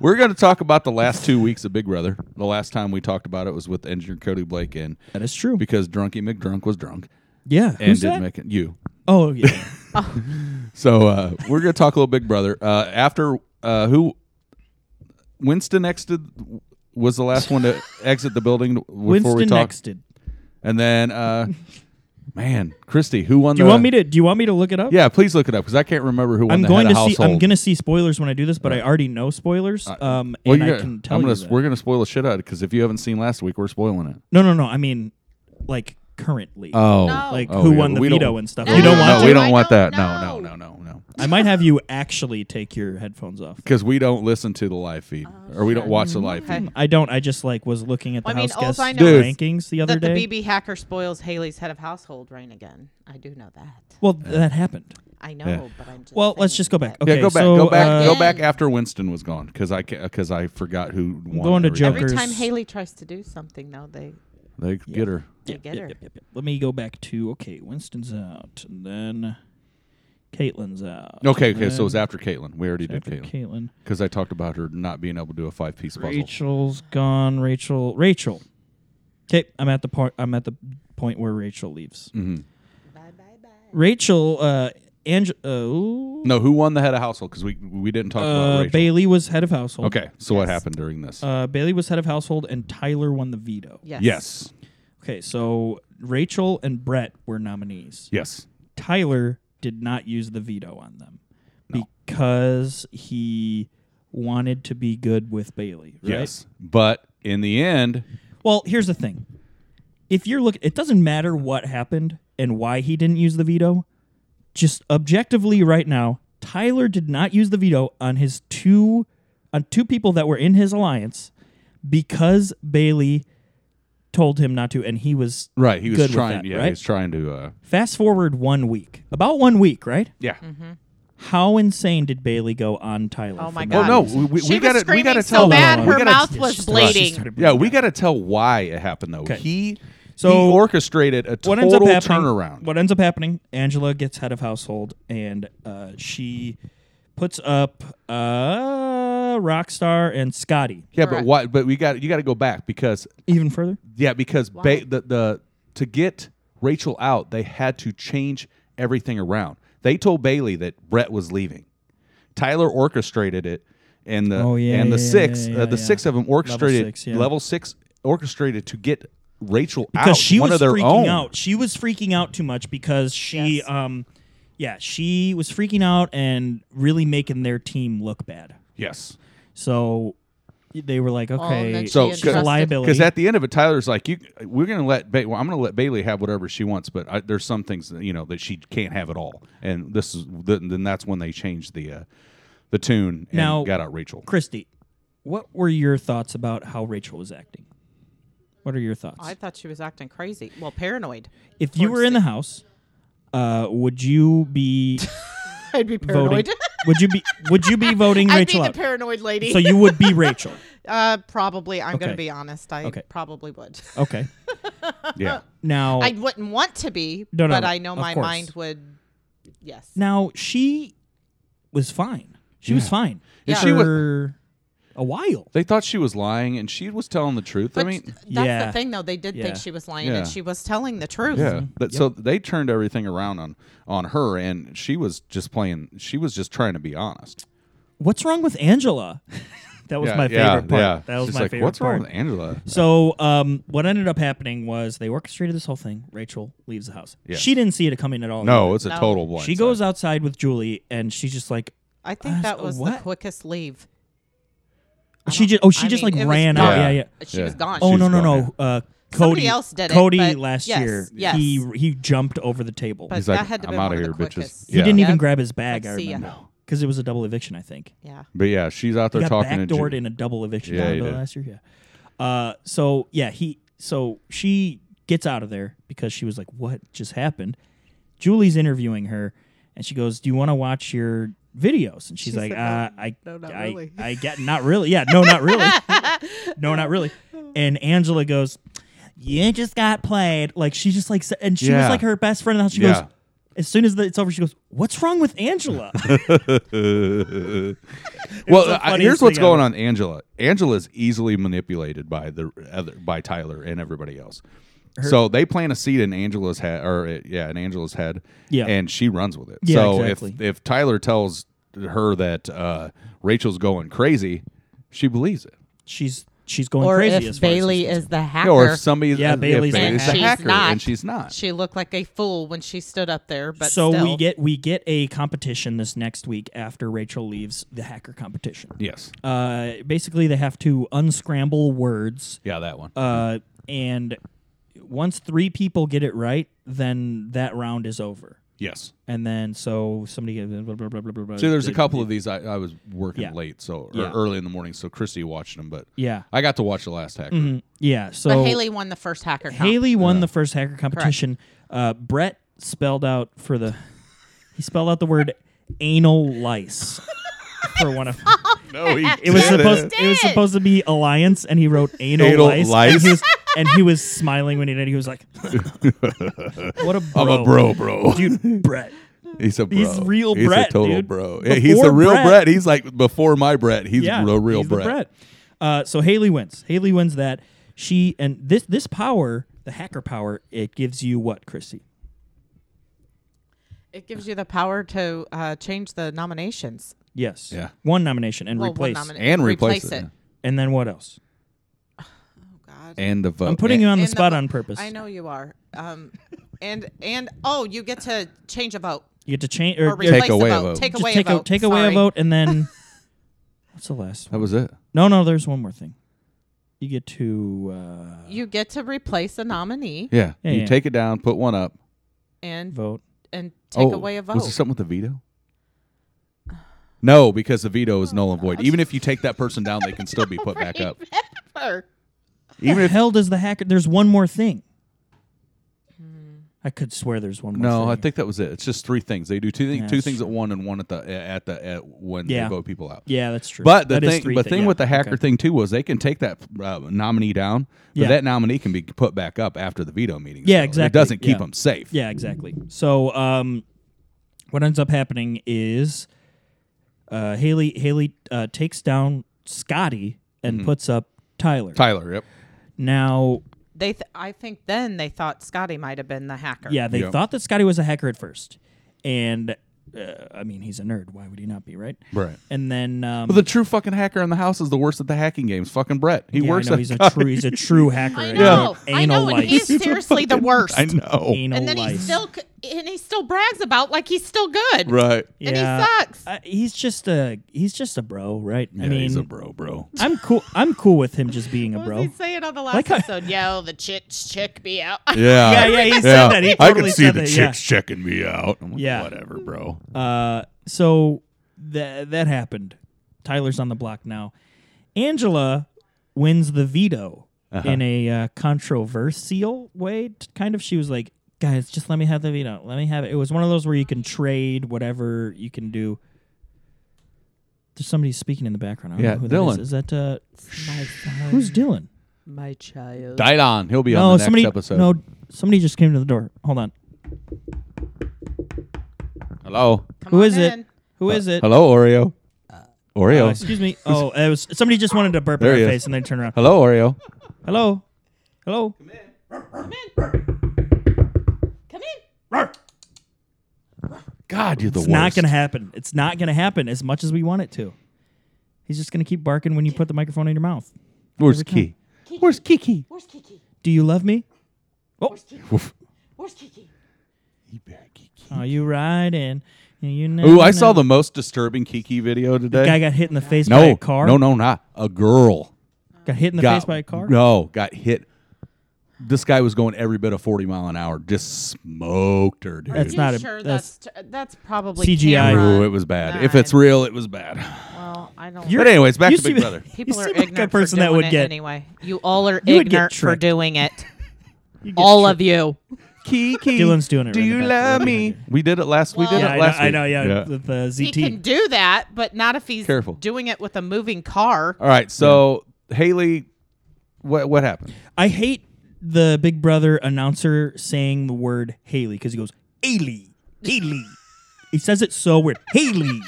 A: We're going to talk about the last two weeks of Big Brother. The last time we talked about it was with engineer Cody Blake and
B: that is true.
A: because Drunky McDrunk was drunk
B: yeah.
A: and
B: Who's
A: didn't
B: that?
A: make it. You.
B: oh yeah.
A: So uh, we're going to talk a little Big Brother. Uh, after uh, who? Winston exited was the last one to exit the building before we
B: Winston
A: talk.
B: nexted.
A: And then, uh, man, Christy, who won
B: Do
A: the?
B: you want me to? Do you want me to look it up?
A: Yeah, please look it up because I can't remember who won
B: I'm
A: the
B: going
A: head
B: to
A: of
B: see.
A: household. Uh,
B: I'm going to see spoilers when I do this, but I already know spoilers. Um,
A: Well,
B: and
A: you're
B: I
A: gonna-
B: can tell
A: I'm
B: you.
A: gonna,
B: that.
A: We're going to spoil the shit out of it because if you haven't seen last week, we're spoiling it.
B: no, no, no. I mean, like currently,
A: Oh,
I: No.
B: like
A: Oh,
B: who
A: yeah,
B: won
A: but
B: the
A: we
B: veto
A: don't-
B: and stuff.
I: No,
B: you don't
A: no,
B: want
A: we
B: to.
A: don't
I: I
A: want that.
I: don't
A: No, no, no,
I: know.
A: no, no.
B: I might have you actually take your headphones off.
A: Because we don't listen to the live feed or we don't watch the live
I: Okay.
A: feed.
B: I don't. I just like was looking at the
I: Well, I mean,
B: house
I: alls
B: guest
I: I know
A: Dude. is
B: rankings the other
I: That the
B: day.
I: BB hacker spoils Haley's head of household reign again. I do know that.
B: well, that happened.
I: I know, but I'm just.
B: Well, let's
I: saying
B: just go back.
I: that
B: Okay,
A: yeah, go back,
B: so,
A: go back,
B: uh,
A: go back after Winston was gone because I because I forgot who won.
B: going to
A: everything.
B: Joker.
I: Every time
B: Fuckers.
I: Haley tries to do something, though, they
A: They get her.
I: they get
B: Yep,
I: her.
B: yep, yep, yep. Let me go back to okay. Winston's out, and then Caitlin's out.
A: Okay, okay. So it
B: then
A: was after Caitlin. We already did
B: Um, after
A: Caitlin
B: Caitlin.
A: because I talked about her not being able to do a five piece puzzle.
B: Rachel's gone. Rachel. Rachel. Okay, I'm at the part. I'm at the point where Rachel leaves.
A: Mm-hmm.
I: Bye, bye, bye.
B: Rachel. Uh, Ange- uh, ooh,
A: No, who won the head of household? Because we we didn't talk about
B: uh,
A: Rachel.
B: Bailey was head of household.
A: Okay, so what happened during this?
B: Uh, Bailey was head of household, and Tyler won the veto.
I: Yes.
A: yes,
B: Okay, so Rachel and Brett were nominees.
A: yes.
B: Tyler did not use the veto on them because he wanted to be good with Bailey. Right?
A: Yes. But in the end,
B: Well, here's the thing. If you're looking, it doesn't matter what happened. and why he didn't use the veto, just objectively right now, Tyler did not use the veto on his two on two people that were in his alliance because Bailey told him not to, and he was
A: Right. He was
B: good with
A: trying.
B: that,
A: yeah.
B: right?
A: He was trying to. Uh,
B: Fast forward one week, about one week, right?
A: yeah.
B: How insane did Bailey go on Tyler?
I: Oh my
B: for
A: Oh
I: god!
A: no. We, we,
I: she
A: we
I: was
A: gotta. We
I: screaming
A: gotta
I: so
A: tell.
I: bad
B: no, no,
I: her
A: we gotta,
I: mouth
B: that?
I: was
B: She started- she
I: bleeding.
B: started
A: Yeah.
B: bleeding.
A: We gotta tell why it happened though.
B: 'Kay.
A: He.
B: So-
A: he orchestrated a
B: what
A: total
B: ends up happening,
A: turnaround.
B: What ends up happening? Angela gets head of household, and uh, she puts up uh, Rockstar and Scotty
A: yeah, but
I: Correct.
A: why? But we got. You got to go back because
B: even further.
A: Yeah, because ba- the, the to get Rachel out, they had to change everything around. They told Bailey that Brett was leaving. Tyler orchestrated it, and the
B: Oh, yeah,
A: and the
B: yeah,
A: six
B: yeah,
A: uh,
B: yeah,
A: the
B: yeah.
A: six of them orchestrated level
B: six,
A: six,
B: yeah.
A: orchestrated to get Rachel out.
B: because she
A: one of
B: was
A: their
B: freaking
A: own.
B: out. She was freaking out too much because she,
I: Yes.
B: um, yeah, she was freaking out and really making their team look bad.
A: Yes,
B: So they were like, okay,
I: Oh, then she
A: So,
I: had
A: It's a
I: trusted-
B: liability.
A: because at the end of it, Tyler's like, "You, we're gonna let ba- well, I'm gonna let Bailey have whatever she wants, but I, there's some things that, you know that she can't have at all." And this is th- then that's when they changed the uh, the tune and
B: Now-
A: got out Rachel.
B: Christy, what were your thoughts about how Rachel was acting? What are your thoughts?
I: I thought she was acting crazy. Well, paranoid.
B: if you were in the house, uh, would you be
I: I'd be
B: voting?
I: paranoid.
B: would you be would you be voting
I: I'd be
B: Rachel
I: the
B: out?
I: paranoid lady.
B: so you would be Rachel.
I: uh, probably. I'm going
B: Okay.
I: to be honest. I
B: Okay.
I: probably would.
B: Okay. uh,
A: Yeah.
B: Now
I: I wouldn't want to be,
B: No, no,
I: but
B: no,
I: I know
B: of
I: my
B: course.
I: mind would. Yes.
B: now she was fine. She was fine.
A: And
I: Yeah.
A: she was-
B: for a while.
A: They thought she was lying, and she was telling the truth.
I: But
A: I mean,
I: that's
B: Yeah.
I: the thing, though. They did
B: Yeah.
I: think she was lying,
A: Yeah.
I: and she was telling the truth.
A: yeah. That, So they turned everything around on on her, and she was just playing. She was just trying to be honest.
B: What's wrong with Angela? that was
A: yeah,
B: my
A: yeah,
B: favorite part.
A: Yeah.
B: That was
A: She's
B: my
A: like,
B: favorite
A: What's
B: part.
A: wrong with Angela?
B: So um, what ended up happening was they orchestrated this whole thing. Rachel leaves the house.
A: Yes.
B: She didn't see it coming at all.
A: No, it's a
I: No.
A: total blind.
B: She goes outside with Julie and she's just like
I: I
B: Uh,
I: think that
B: so
I: was the
B: what?
I: quickest leave.
B: she just oh she
I: I
B: just
I: mean,
B: like
I: it was
B: ran
I: gone.
B: out. Yeah, yeah.
I: She
A: Yeah.
I: was gone.
B: Oh
A: She's
B: no no
A: gone,
B: no. Uh,
I: Somebody
B: Cody
I: else did it,
B: Cody
I: but
B: last
I: yes,
B: year.
I: yes.
B: He he jumped over the table.
I: but
A: He's like,
I: that had to
A: "I'm
I: be
A: outta
I: one
A: here,
I: of the
A: bitches."
I: quickest.
B: he
A: Yeah.
B: didn't even
I: Yep.
B: grab his bag. I
I: Like, see ya.
B: remember because it was a double eviction. I think
I: Yeah.
A: But yeah, she's out
B: he
A: there
B: got
A: talking to
B: backdoored
A: Ju-
B: in a double eviction
A: Yeah, he
B: down bill
A: did.
B: last year. Yeah. Uh, so yeah, he so she gets out of there because she was like, "What just happened?" Julie's interviewing her, and she goes, "Do you want to watch your videos?" And she's
I: She
B: like,
I: said,
B: uh,
I: "No,
B: "I,
I: "Oh, no, not
B: I,
I: really."
B: I get not really. Yeah, no, not really. no, not really." And Angela goes, "You just got played." Like she just like, sa- and she was
A: Yeah.
B: like her best friend. Now she
A: Yeah.
B: goes. As soon as the, it's over, she goes, "What's wrong with Angela?"
A: well, uh,
B: the
A: I-
B: funniest
A: here's what's
B: thing ever.
A: going on. Angela. Angela is easily manipulated by the other, by Tyler and everybody else. so they plant a seed in Angela's head, or uh, yeah, in Angela's head,
B: Yeah.
A: and she runs with it.
B: Yeah,
A: so
B: exactly.
A: if if Tyler tells her that uh, Rachel's going crazy, she believes it.
B: she's she's going
I: Or
B: crazy. as far
I: if
B: as she's
I: Bailey
B: concerned.
I: is the hacker,
A: Yeah, or if somebody,
B: Yeah,
A: if
B: Bailey's the
A: Bailey's the
B: hacker.
I: She's
A: hacker,
I: not.
A: and she's not.
I: she looked like a fool when she stood up there. But
B: so we
I: still.
B: get we get a competition this next week after Rachel leaves the hacker competition.
A: yes,
B: Uh, basically, they have to unscramble words,
A: yeah, that one.
B: uh, and once three people get it right, then that round is over.
A: yes.
B: And then so somebody gets blah, blah, blah, blah, blah, blah.
A: So there's a couple of these. I, I was working
B: Yeah.
A: late, so or
B: Yeah.
A: early in the morning, so Christy watched them, but
B: Yeah, Mm-hmm.
A: I got to watch the last hacker.
B: yeah. So
I: But Haley won the first hacker. comp.
B: Haley won the first hacker competition. Uh, Brett spelled out for the he spelled out the word anal lice for one of.
A: No, he
B: It was
A: didn't.
B: supposed. It was
I: did.
B: supposed to be alliance, and he wrote anal,
A: Anal
B: lice,
A: lice?
B: And, he was, and he was smiling when he did. it. He was like, "What a bro,
A: I'm a bro, bro.
B: dude, Brett."
A: He's a bro.
B: He's real
A: He's
B: Brett,
A: a total
B: dude.
A: bro. Yeah, he's the
B: Before
A: real
B: Brett.
A: Brett. He's like before my Brett. He's
B: Yeah,
A: the real
B: he's the
A: Brett.
B: Uh, so Haley wins. Haley wins that. She and this this power, the hacker power, it gives you what, Christy?
I: It gives you the power to uh, change the nominations.
B: Yes.
A: Yeah.
B: One nomination and
I: Well, one
B: replace,
I: nomina-
A: And replace it.
B: and then what else?
I: God.
A: And the vote.
B: I'm putting you on the
I: And
B: spot
I: vo-
B: on purpose.
I: I know you are. Um, and and oh, you get to change a vote
B: You get to change
I: or
B: or,
I: replace
A: Take away a
I: a vote.
A: vote.
I: Take
B: just
I: away
B: take
I: a vote.
B: take away a
I: Sorry.
B: vote, and then what's the last?
A: That was it.
B: No, no, there's one more thing. You get to uh,
I: You get to replace a nominee.
A: Yeah.
B: Yeah,
A: you
B: yeah.
A: take it down, put one up,
I: and
B: vote.
I: and take
A: Oh,
I: away a vote.
A: Was there something with the veto? No, because the veto is null and void. Even if you take that person down, they can still be put back up.
I: Or-
A: Even if
B: Hell does the hacker. There's one more thing. I could swear there's one more.
A: no,
B: thing.
A: I think that was it. It's just three things. They do two things,
B: Yeah,
A: two
B: that's
A: things
B: true.
A: at one and one at the at the at when
B: Yeah.
A: they vote people out.
B: Yeah, that's true.
A: But the
B: That is
A: thing,
B: three
A: but
B: thi-
A: thing
B: yeah,
A: with the hacker
B: okay.
A: thing too was they can take that uh, nominee down, but
B: Yeah.
A: that nominee can be put back up after the veto meeting.
B: Yeah,
A: So It
B: exactly.
A: doesn't keep
B: Yeah.
A: them safe.
B: Yeah, exactly. So, um, what ends up happening is uh, Haley Haley uh, takes down Scotty
A: Mm-hmm.
B: and puts up Tyler.
A: Tyler, yep.
B: now,
I: They, th- I think, then they thought Scotty might have been the hacker.
B: yeah, they
A: Yeah.
B: thought that Scotty was a hacker at first, and uh, I mean, he's a nerd. Why would he not be, right?
A: Right.
B: And then, um,
A: But the true fucking hacker in the house is the worst at the hacking games. Fucking Brett. He
B: yeah, I
A: works
B: know
A: at
B: he's a true he's a true hacker.
I: I
B: and
I: know. I
B: anal
I: know, and
B: lice.
I: he's seriously the worst.
A: I know.
B: Anal
I: And then he
B: lice.
I: still, c- and he still brags about like he's still good.
A: Right.
I: And he sucks.
B: I- Uh, he's just a he's just a bro, right? I
A: Yeah,
B: mean,
A: he's a bro, bro.
B: I'm cool. I'm cool with him just being a
I: What
B: bro.
I: was he saying on the last
B: Like I-
I: episode? Yo, the chicks check me out.
A: Yeah.
B: yeah, yeah, he said that. He
A: I
B: totally
A: can see
B: said
A: the
B: that,
A: chicks
B: yeah.
A: checking me out. I'm like,
B: Yeah.
A: whatever, bro.
B: Uh, so that that happened. Tyler's on the block now. Angela wins the veto
A: Uh-huh.
B: in a uh, controversial way. t- Kind of, she was like, "Guys, just let me have the veto. Let me have it." It was one of those where you can trade whatever you can do. There's somebody speaking in the background. I don't
A: Yeah,
B: know who
A: Dylan.
B: That is. is that uh, who's Dylan?
I: My child.
A: Dylon, he'll be
B: no,
A: on the next
B: somebody.
A: episode.
B: No, somebody just came to the door. Hold on.
A: Hello.
I: Come
B: Who
I: on
B: is
I: in.
B: it? Who is it?
A: Hello, Oreo.
B: Uh,
A: Oreo.
B: excuse me. Oh, it was somebody just wanted to burp in
A: There
B: our
A: he is.
B: face and then turn around.
A: Hello, Oreo.
B: Hello. Hello.
I: Come in.
A: God, you're the
B: It's
A: worst.
B: not going to happen. It's not going to happen as much as we want it to. He's just going to keep barking when you put the microphone in your mouth.
A: Where's Key? Where's Kiki?
J: Where's Kiki?
B: Do you love me?
A: Oof.
J: Where's Kiki?
A: He buried Kiki.
B: Are you riding? You know.
A: Ooh, I saw the most disturbing Kiki video today.
B: guy got hit in the face
A: no,
B: by a car.
A: no, no, not a girl.
B: Got hit in the
A: got,
B: face by a car.
A: No, got hit. This guy was going every bit of forty mile an hour. Just smoked her, dude.
B: That's not a-
I: sure
B: that's-
I: that's t- that's probably
B: CGI.
I: camera.
A: Ooh, it was bad. If it's
I: nine.
A: real, it was bad.
I: well, I don't.
B: You're-
A: But anyways, back
B: you
A: to Big
B: seem-
A: Brother.
I: people
B: you
I: are
B: seem
I: ignorant
B: like a person
I: for
B: that
I: doing
B: would
I: it
B: get
I: anyway. You all are
B: You would get
I: ignorant for
B: tricked.
I: doing it.
B: You get
I: all
B: tri-
I: of you.
A: Kiki,
B: Dylan's doing it
A: Do
B: right in
A: you
B: the back.
A: love me? We did it last. we did
I: Well-
B: Yeah,
A: it
B: I know,
A: last
B: I
A: week.
B: know. Yeah, with the
I: He
B: ZT.
I: can do that, but not if he's
A: Careful.
I: doing it with a moving car.
A: All right. So Haley, what what happened?
B: I hate the Big Brother announcer saying the word Haley because he goes Haley, Haley. he says it so weird. Haley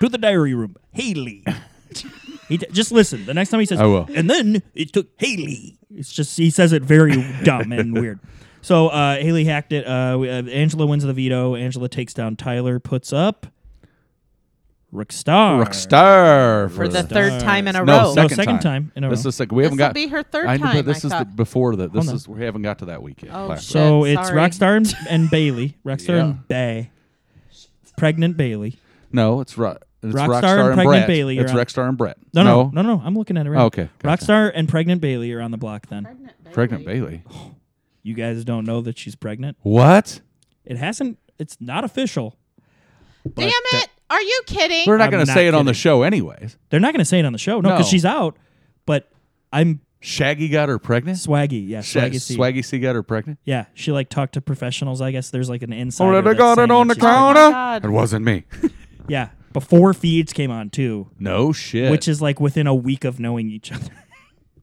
B: to the diary room. Haley. He d- just listen. The next time he says,
A: I will.
B: And then it took Haley. It's just he says it very dumb and weird. So uh, Haley hacked it. Uh, we- uh, Angela wins the veto. Angela takes down Tyler. Puts up. Rockstar.
A: Rockstar
I: for the third time in a
A: no,
I: row.
A: Second
B: No, second time in a
A: This
B: row.
A: is second. We haven't
I: This'll
A: got.
I: be her third
A: I know,
I: time,
A: but this
I: I
A: is the,
I: thought.
A: before that. This
B: Hold
A: is we haven't got to that week yet.
I: Oh,
A: Last
I: shit.
A: week.
B: So
I: Shit,
B: it's
I: sorry.
B: Rockstar and, and Bailey. Rockstar
A: Yeah.
B: and Bay. Pregnant Bailey.
A: No, it's, ro- it's
B: Rockstar
A: Rockstar,
B: and
A: and,
B: Pregnant
A: Brett.
B: Bailey are
A: It's
B: on-
A: Rockstar and Brett.
B: No, no, no, no. I'm looking at it right
A: Oh,
B: now.
A: okay, gotcha.
B: Rockstar and Pregnant Bailey are on the block then.
A: Pregnant Bailey.
B: You guys don't know that she's pregnant.
A: What?
B: It hasn't, it's not official.
I: Damn it! Are you kidding?
A: We're not
B: I'm
A: going to
B: not
A: say it on the
B: kidding.
A: show, anyways.
B: They're not going to say it on the show. No, because
A: No.
B: she's out, but I'm
A: Shaggy got her pregnant.
B: swaggy. Yeah,
A: Sha-
B: swaggy. C.
A: Swaggy C got her pregnant.
B: Yeah, she like talked to professionals. I guess there's like an insider.
A: Oh, they
B: that's
A: got
B: saying
A: it on the
B: that she's pregnant.
I: Oh
A: counter. It wasn't me.
B: Yeah, before feeds came on too,
A: no shit.
B: which is like within a week of knowing each other.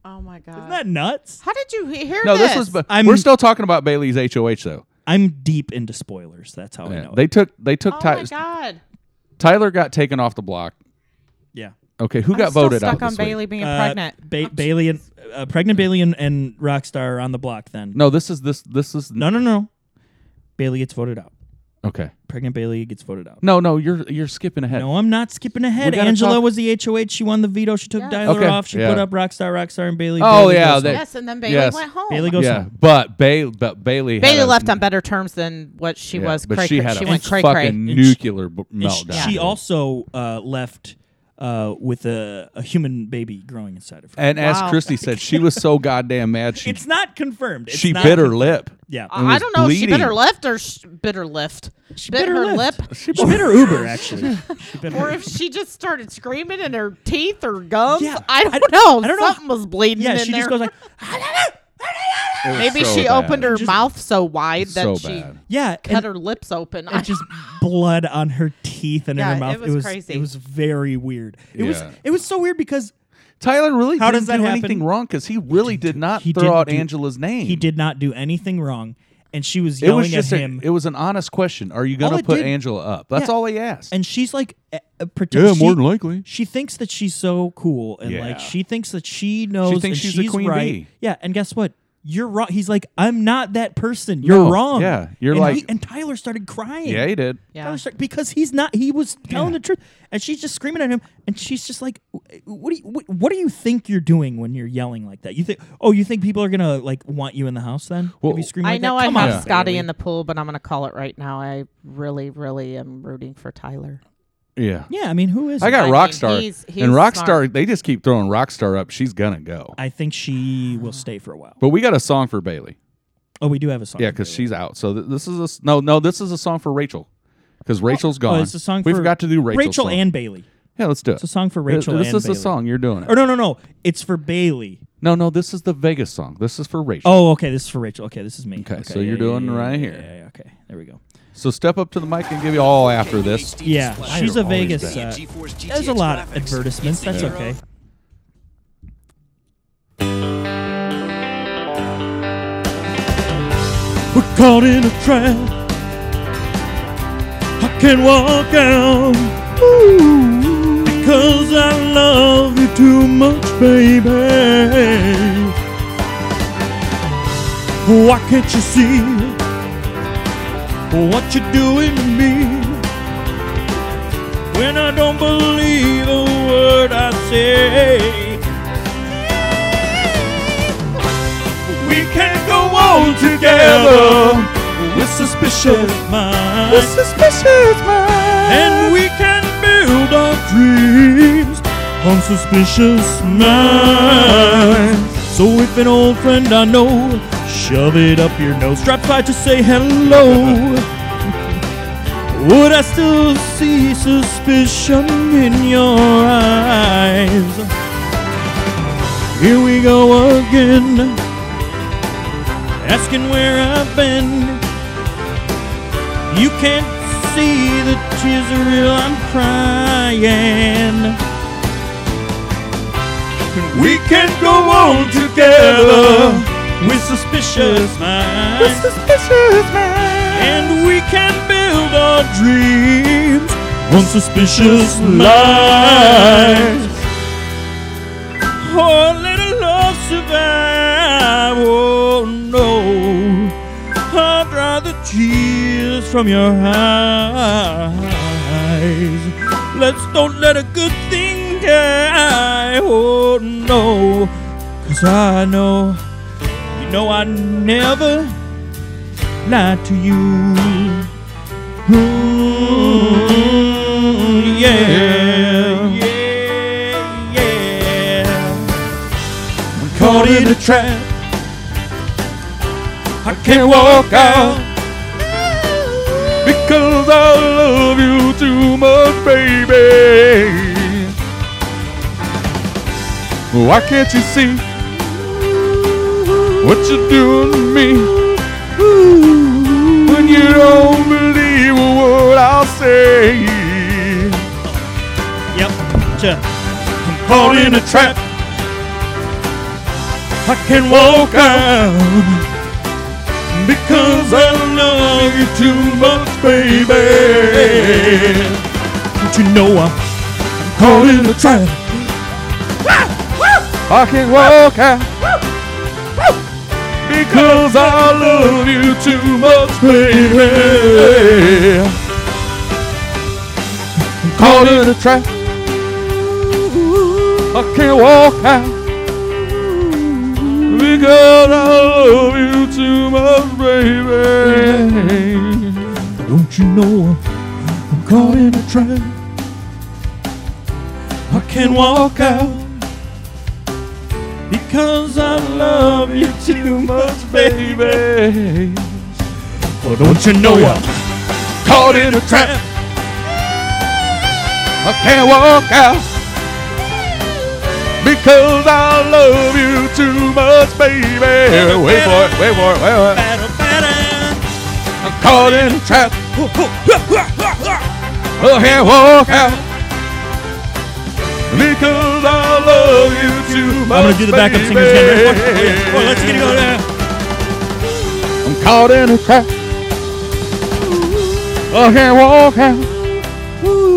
I: Oh my god!
B: Isn't that nuts?
I: How did you he- hear
A: no.
I: this?
A: This was. bu-
B: I'm-
A: we're still talking about Bailey's HOH though.
B: I'm deep into spoilers. That's how I
A: Yeah.
B: know.
A: They
B: it.
A: took. They took.
I: Oh
A: Ty-
I: my god!
A: Tyler got taken off the block.
B: Yeah.
A: Okay, who
I: I'm
A: got
I: still
A: voted
I: stuck
A: out
I: on
A: this week?
I: Bailey being
B: Uh,
I: pregnant.
B: Ba- Bailey and uh, pregnant Bailey and, and Rockstar are on the block. Then
A: No, this is this. This is
B: no, no, no. Bailey gets voted out.
A: Okay.
B: Pregnant Bailey gets voted out.
A: No, no, you're you're skipping ahead.
B: No, I'm not skipping ahead.
A: We gotta
B: Angela
A: talk-
B: was the HOH. She won the veto. She took Dialer
A: Okay,
B: off. She
A: yeah.
B: put up Rockstar, Rockstar, and Bailey.
A: Oh,
B: Bailey
A: yeah,
B: goes
A: they-
B: home.
I: Yes, and then Bailey
A: Yes.
I: went home.
B: Bailey goes
A: Yeah,
B: home.
A: but Bailey, but Bailey. had
I: Bailey
A: a-
I: left on better terms than what she
A: yeah,
I: was.
A: but
I: cray
A: she
I: cray.
A: had a
I: went cray
A: fucking
I: cray.
A: nuclear b-
B: And sh-
A: meltdown.
B: She also uh, left uh, with a, a human baby growing inside of her.
A: And as
I: Wow.
A: Christy said, she was so goddamn mad she
B: it's not confirmed. It's
A: she
B: not
A: bit her lip.
B: Yeah.
A: and
I: I
A: was
I: don't know. She bit
A: bleeding.
I: her left or sh- bit her lift. She bit, her lip.
B: She bit her Uber actually. She bit her-
I: Or if she just started screaming in her teeth or gums,
B: Yeah,
I: I
B: I-
I: don't know.
B: I don't know.
I: Something was bleeding.
B: yeah,
I: in
B: she
I: there.
B: just goes like,
A: It was
I: Maybe
A: so
I: she
A: bad.
I: opened her
B: Just-
I: mouth so wide that
A: so
I: she
A: bad.
B: yeah,
I: cut
B: and,
I: her lips open.
B: and just blood on her teeth and in
I: Yeah,
B: her
I: it
B: mouth.
I: was crazy.
B: It was very weird. It was
A: Yeah.
B: it was so weird because
A: Tyler really
B: How
A: didn't
B: does that
A: do
B: happen?
A: anything wrong because he really did not
B: he
A: throw
B: didn't
A: out
B: do-
A: Angela's name.
B: he did not do anything wrong, and she was
A: It
B: yelling
A: was just
B: at
A: a,
B: him.
A: it was an honest question. Are you going
B: All
A: to
B: it
A: put
B: did-
A: Angela up? That's
B: Yeah.
A: all he asked.
B: and she's like, uh, uh, pretend-
A: yeah,
B: she-
A: more than likely.
B: She thinks that she's so cool and
A: Yeah.
B: like she thinks that she knows
A: thinks
B: and
A: she's the queen
B: right.
A: bee.
B: Yeah, and guess what? You're wrong. He's like, I'm not that person. You're
A: No,
B: wrong.
A: yeah, you're
B: and
A: like-
B: he- and Tyler started crying.
A: Yeah, he did.
B: Tyler started, because he's not. He was telling the truth, and she's just screaming at him, and she's just like, "Wh- "What do you? What, what do you think you're doing when you're yelling like that? You think? Oh, you think people are gonna like want you in the house then?
A: Well-
B: if you scream
I: I
B: like
I: know
B: that?
I: I
B: Come
I: have
B: on,
I: Scotty
B: Bailey.
I: in the pool, but I'm going to call it right now. I really, really am rooting for Tyler.
A: Yeah.
B: Yeah, I mean, who is?
A: I
B: it?
A: got
I: I mean,
A: Rockstar.
I: he's- he's
A: and Rockstar,
I: smart.
A: they just keep throwing Rockstar up. She's going to go.
B: I think she will stay for a while.
A: But we got a song for Bailey.
B: Oh, we do have a song.
A: Yeah,
B: for
A: because
B: Bailey.
A: she's out. So th- this is a s- no, no. This is a song for Rachel, because Rachel's gone.
B: Oh, it's a song.
A: we
B: for
A: forgot to do Rachel's
B: Rachel
A: song.
B: and Bailey.
A: yeah. Let's do it.
B: It's a song for Rachel.
A: This
B: and
A: is
B: Bailey.
A: the song you're doing. It.
B: Or no, no, no. It's for Bailey.
A: no, no. This is the Vegas song. This is for Rachel.
B: Oh, okay. This is for Rachel. Okay, this is me.
A: Okay, so you're doing right
B: yeah,
A: here.
B: Yeah, yeah, okay, there we go.
A: So step up to the mic and give you all after this.
B: Yeah, she's a
A: are always
B: Vegas.
A: bad.
B: Uh, there's a lot of advertisements. That's okay. We're caught in a trap. I can walk out because I love you too much, baby. Why can't you see what you're doing to me? when I don't believe a word I say. We can't go on together with suspicious minds. With suspicious minds. And we can build our dreams on suspicious minds. So if an old friend I know, shove it up your nose, drop by to say hello. Would I still see suspicion in your eyes? Here we go again, asking where I've been. You can't see the tears are real, I'm crying. We can go on together with suspicious minds. And we can build our dreams on suspicious lies. Oh, let a love survive. Oh, no. I'll dry the tears from your eyes. Let's don't let a good thing die. Oh, no. Cause I know, you know, I never lie to you. Hmm, Ooh, yeah, yeah, yeah. I'm caught in a trap. I can't walk out because I love you too much, baby.
A: Why can't you see what you're doing to me when you don't believe a word I say?
B: Yep. Cha. I'm caught in a trap. I can walk out because I love you too much, baby. Don't you know I'm caught in a trap?
A: I can't walk out because I love you too much, baby. I'm caught in a trap. I can't walk out because I love you too much, baby.
B: Don't you know I'm caught in a trap? I can walk out because I love you too much,
A: baby.
B: Well, don't you know I'm
A: Caught in a trap. I can't walk out because I love you too much, baby. Wait for it, wait for it, wait for it. I'm caught in a trap. I can't walk out because I love you too much.
B: I'm gonna do the backup singers again. Ready? Oh, yeah. Oh, let's get it
A: baby.
B: going. Yeah.
A: I'm caught in a trap. I can't walk out.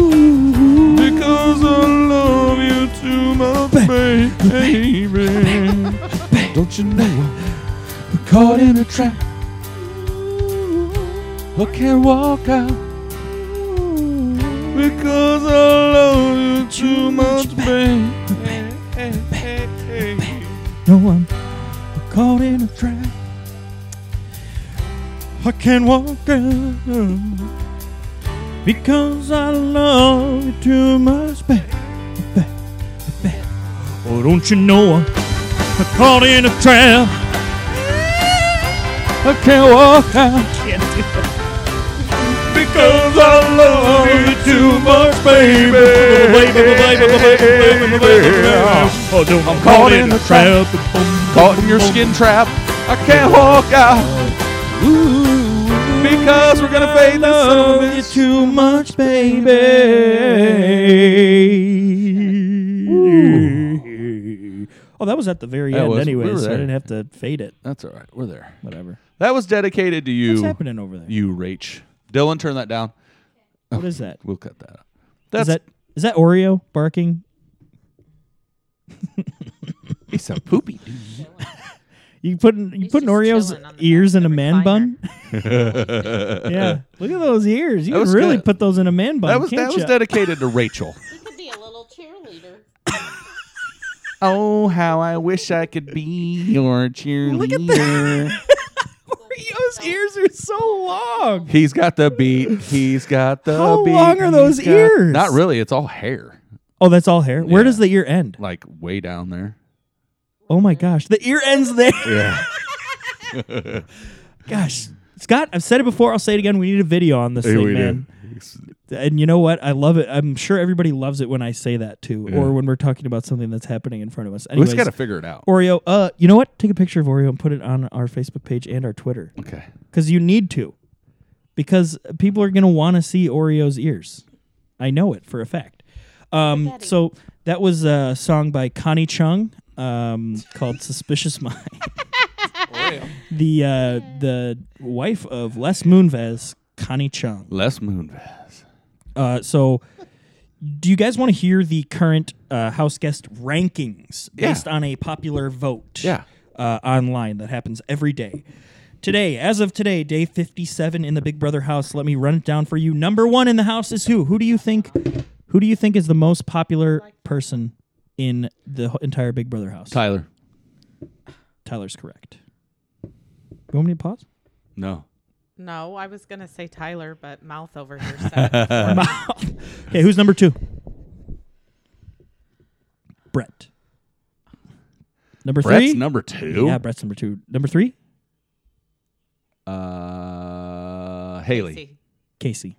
A: Because I love you too much, baby. Don't you know I'm caught in a trap? I can't walk out. Because I love you too much, baby.
B: No, I'm caught in a trap. I can walk out because I love you too much, baby. Oh, don't you know I'm caught in a trap?
A: I can't walk out. Because I love you too much, baby.
B: Oh, don't I'm
A: caught in a trap.
B: Boom,
A: Caught in your
B: boom,
A: skin trap. I can't walk out. Because we're gonna fade
B: love
A: love.
B: you too much, baby. Oh, that was at the very
A: That
B: end,
A: was- we
B: anyway,
A: were
B: so I
A: there.
B: didn't have to fade it.
A: That's all right. We're there.
B: Whatever.
A: That was dedicated to you.
B: What's happening over there?
A: You, Rach. Dylan, turn that down.
B: What is that?
A: We'll cut that out.
B: Is
A: That's
B: that is that Oreo barking?
A: he's so poopy.
B: You putting you
I: He's
B: putting Oreo's
I: just chilling on the
B: ears in
I: back
B: a
I: of the
B: man
I: recliner.
B: bun? yeah, look at those ears. You
A: That
B: can
A: was
B: really
A: good.
B: put those in a man bun.
A: That was
B: can't
A: that was
B: ya?
A: dedicated to Rachel.
J: You could be a little cheerleader.
A: Oh, how I wish I could be your cheerleader. Look at that.
B: Oreo's ears are so long.
A: He's got the beat. He's got the
B: How
A: beat.
B: long are those
A: He's got-
B: ears?
A: Not really. It's all hair,
B: Oh, that's all hair. Where
A: Yeah.
B: does the ear end?
A: like way down there.
B: Oh my gosh, the ear ends there.
A: Yeah.
B: Gosh, Scott, I've said it before. I'll say it again. We need a video on this thing, man. And you know what? I love it. I'm sure everybody loves it when I say that too,
A: Yeah.
B: or when we're talking about something that's happening in front of us.
A: We
B: Anyways,
A: just got to figure it out.
B: Oreo. Uh, you know what? Take a picture of Oreo and put it on our Facebook page and our Twitter
A: Okay.
B: because you need to, because people are gonna want to see Oreo's ears. I know it for a fact. Um, so that was a song by Connie Chung um, called "Suspicious Mind." the uh, the wife of Les Moonves, Connie Chung.
A: Les Moonves.
B: Uh, so, do you guys want to hear the current uh, house guest rankings
A: Yeah.
B: based on a popular vote?
A: Yeah.
B: Uh, online that happens every day. Today, as of today, day 57 in the Big Brother house, let me run it down for you. Number 1 in the house is who? Who do you think who do you think is the most popular person in the ho- entire Big Brother house?
A: Tyler.
B: Tyler's correct. You want me to pause?
A: No.
I: No, I was gonna say Tyler, but mouth over here said it.
B: okay, who's number 2? Brett. Number 3?
A: Brett's number two.
B: Yeah, Brett's number two. Number three,
A: Uh, Haley.
I: See,
B: Casey.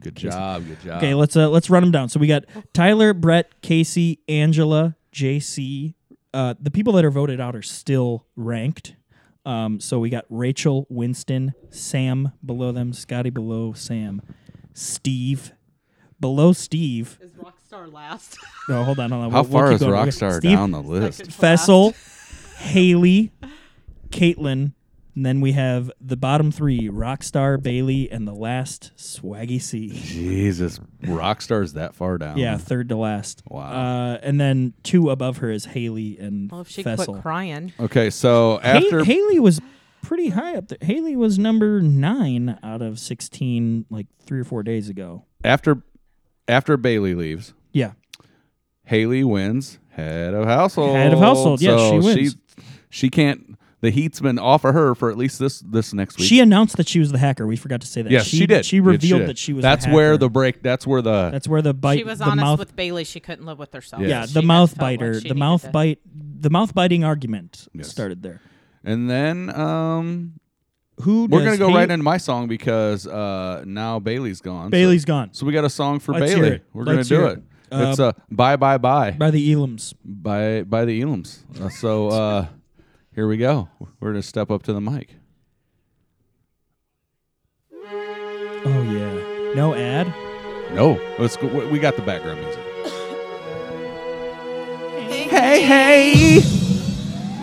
A: Good job. Good job.
B: Okay, let's uh, let's run them down. So we got Tyler, Brett, Casey, Angela, JC. Uh, the people that are voted out are still ranked. Um, so we got Rachel, Winston, Sam below them, Scotty below Sam, Steve below Steve.
I: Is Rockstar last?
B: No, hold on, hold on.
A: How
B: We'll- we'll
A: far
B: keep
A: is
B: going. We got
A: Rockstar
B: Steve,
A: down the list?
I: Second to last.
B: Fessel, Haley, Caitlin, and then we have the bottom three: Rockstar, Bailey, and the last Swaggy C.
A: Jesus, Rockstar's that far down.
B: Yeah, third to last.
A: Um, Wow.
B: Uh, and then two above her is Haley and
I: Well, if she
B: Fessel.
I: quit crying,
A: Okay, so
B: Ha-
A: after
B: Haley was pretty high up there. Haley was number nine out of sixteen, like three or four days ago.
A: after after Bailey leaves,
B: Yeah,
A: Haley wins head of household.
B: Head of household, yeah,
A: so
B: she wins.
A: She, she can't. the heat's been off of her for at least this this next week.
B: She announced that she was the hacker. We forgot to say that.
A: yes, she, did.
B: She
A: Yes,
B: revealed
A: did.
B: that she was.
A: That's
B: the
A: where
B: hacker.
A: the break. That's where the.
B: That's where the bite.
I: she was
B: the
I: honest
B: mouth,
I: with Bailey. She couldn't live with herself.
A: Yeah.
B: Yeah,
I: She
B: the
I: had
B: mouth
I: felt what
B: biter.
I: she
B: The
I: needed
B: mouth
I: to-
B: bite. The mouth biting argument
A: Yes.
B: started there.
A: and then um,
B: Who
A: we're gonna
B: does
A: go
B: hate-
A: right into my song because uh, now Bailey's gone.
B: Bailey's
A: so,
B: gone
A: So we got a song for
B: Let's hear
A: Bailey.
B: it.
A: We're
B: Let's
A: gonna do
B: hear
A: it.
B: it. Uh,
A: it's a bye bye bye
B: by the Elams.
A: by by the Elams. Uh, so uh, here we go. We're gonna step up to the mic.
B: Oh yeah, no ad.
A: No, let's go. We got the background music.
D: Hey, hey.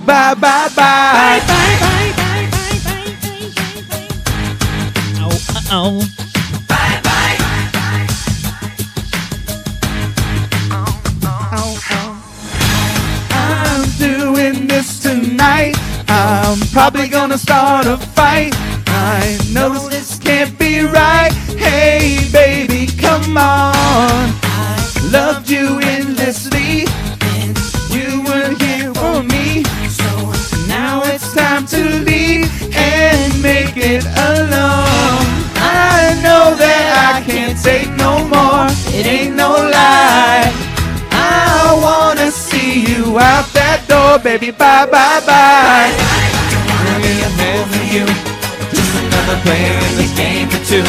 D: Bye, bye, bye.
B: Oh, oh.
D: I'm doing this tonight. I'm probably gonna start a fight. I know this can't be right. Hey, baby, come on. I loved you endlessly. You were here for me. So now it's time to leave and make it alone. I know that I can't take no more. It ain't no lie. I wanna see you out that door, baby. Bye bye bye. Gonna be a man for you. Just another player in this game for two.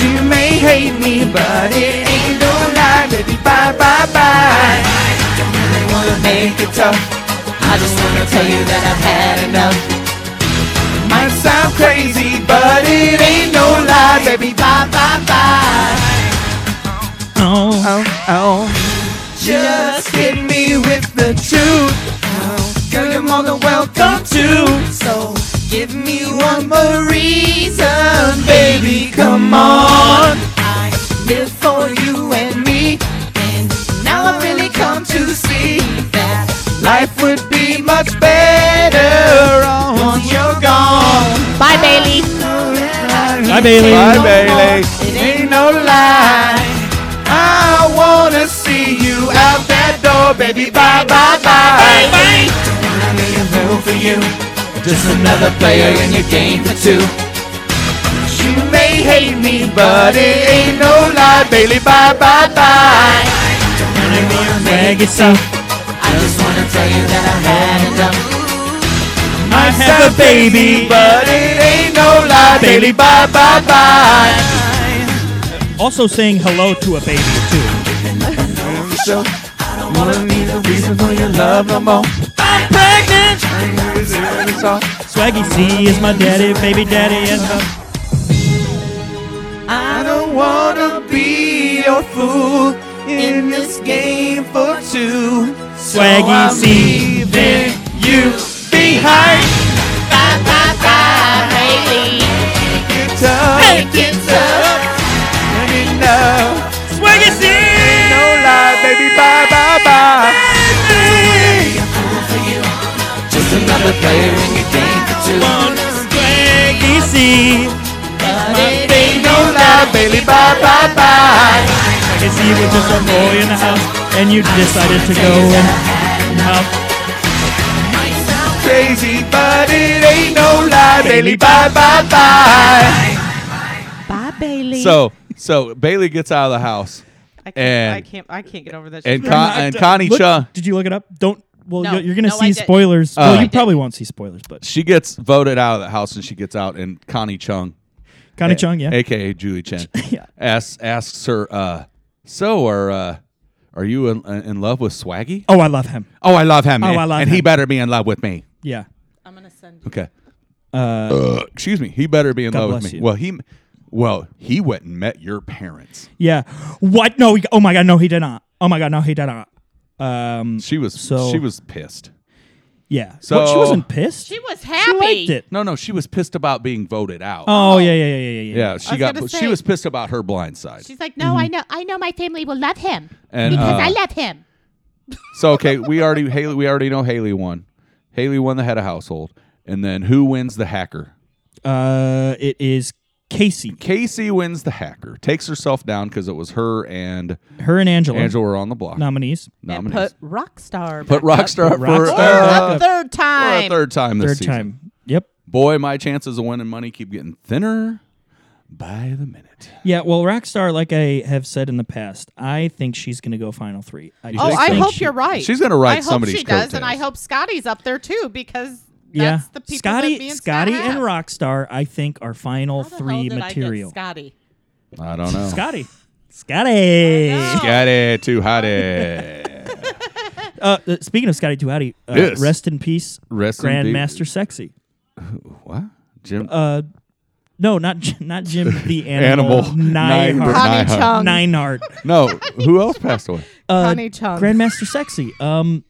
D: You may hate me, but it ain't no lie, baby. Bye bye bye. Don't really wanna make it tough. I just wanna tell you that I've had enough. Might sound crazy, but it ain't no lie, baby. Bye bye bye.
B: oh.
D: Oh, oh. Just hit me with the truth. Girl, you're more than welcome to. So give me one more reason, baby. Come on. I live for you and me. And now I've really come to see that life would be much better on once you're gone.
J: Bye, Bailey.
B: Bye, Bailey.
A: Bye, Bailey.
D: It ain't no lie. I wanna see you out that door, baby. Bye bye bye. I need a move for you. Just another player in your game for two. You may hate me, but it ain't no lie, Bailey. Bye bye bye. Don't really wanna make it so. I just wanna tell you that I had enough. Might have a baby, but it ain't no lie, Bailey. Bye bye bye.
B: Also saying hello to a baby too.
D: So I don't wanna need a reason for your love no more. I'm pregnant. I'm losing it all.
B: Swaggy C is my daddy, baby daddy, and her.
D: I don't wanna be your fool in this game for two. So
B: Swaggy
D: I'm
B: C.
D: leaving you behind. Bye bye bye, Haley. Get up, get up. Let me know.
B: Swaggy C.
D: No lie, baby. Bye bye bye. Just another player in your game for two.
B: Swaggy C.
D: It ain't no lie, Bailey. Bye bye bye.
B: Swaggy C was just a boy in the house, and you decided to go and help.
D: Crazy, but it ain't no lie, Bailey. Bye bye bye.
I: Bye, Bailey.
A: So so Bailey gets out of the house
I: I can't, I
A: and-
I: can't. I can't get over that.
A: and
I: shit.
A: Con- and Connie
B: uh, Look,
A: Chung.
B: Did you look it up? Don't. Well,
I: No.
B: you're- you're gonna
I: No, I
B: see
I: didn't.
B: spoilers.
D: Oh,
A: I
B: well, you
A: didn't.
B: probably won't see spoilers, but
A: She gets voted out of the house and she gets out and Connie Chung,
B: Connie
A: a-
B: Chung, yeah.
A: aka Julie Chen,
B: Yeah.
A: asks asks her, uh, "So are uh, are you in, uh, in love with Swaggy?"
B: oh, I love him.
A: Oh, I love him.
B: Oh,
A: and-
B: I love
A: and he
B: him.
A: better be in love with me.
B: Yeah.
I: I'm gonna send.
A: Okay. Uh, excuse me. He better be in
B: God
A: love with
B: bless
A: me.
B: you.
A: Well, he, well, he went and met your parents.
B: Yeah. What? No. he- Oh my God. No, he did not. Oh my God. No, he did not. Um.
A: She was
B: So-
A: she was pissed.
B: Yeah.
A: So-
B: What, she wasn't pissed.
I: She was
B: She
I: happy.
B: liked it.
A: No, no, she was pissed about being voted out.
B: Oh yeah, yeah, yeah, yeah, yeah.
A: yeah, she
I: was
A: got
I: gonna
A: she
I: say-
A: was pissed about her blind side.
J: She's like, no, I
B: Mm-hmm.
J: know, I know, my family will love him
A: And
J: because
A: uh,
J: I love him.
A: so okay, we already Haley we already know Haley won. Haley won the head of household. And then who wins the hacker?
B: Uh, it is Casey.
A: Casey wins the hacker, takes herself down because it was her and
B: Her and Angela.
A: Angela were on the block.
B: Nominees.
I: And
A: Nominees.
I: put Rockstar.
A: Put
I: back up
A: Rockstar,
B: Rockstar
A: for,
B: back
A: uh,
I: A third
A: for
I: time.
A: a third time this
B: Third
A: season.
B: time. Yep.
A: Boy, my chances of winning money keep getting thinner by the minute.
B: Yeah, well, Rockstar, like I have said in the past, I think she's going to go final three. I
I: Oh,
A: think
I: I
A: so?
I: hope
B: she-
I: you're right.
A: She's gonna ride
I: I hope
A: somebody's
I: she does, and I
A: coattails.
I: hope Scotty's up there too because that's
B: Yeah,
I: the people
B: Scotty,
I: that me and
B: Scotty,
I: Scott
B: and
I: have.
B: Rockstar, I think, are final
I: How the hell
B: three
I: did I get Oh
B: material.
I: Scotty.
A: I don't know.
B: Scotty, Scotty.
I: I know.
A: Got it, too hot. it.
B: Uh, uh, speaking of Scotty Duati, uh,
A: Yes.
B: rest in peace,
A: Rest in peace.
B: Grandmaster Sexy.
A: what? Jim
B: Uh, no, not J- not Jim the animal.
A: Animal.
B: Nine
A: Nine-
I: Connie
B: Um,
I: Chung.
B: Neinhardt.
A: No, who else passed away?
B: Uh,
I: Connie Chung.
B: Grandmaster Sexy. Um,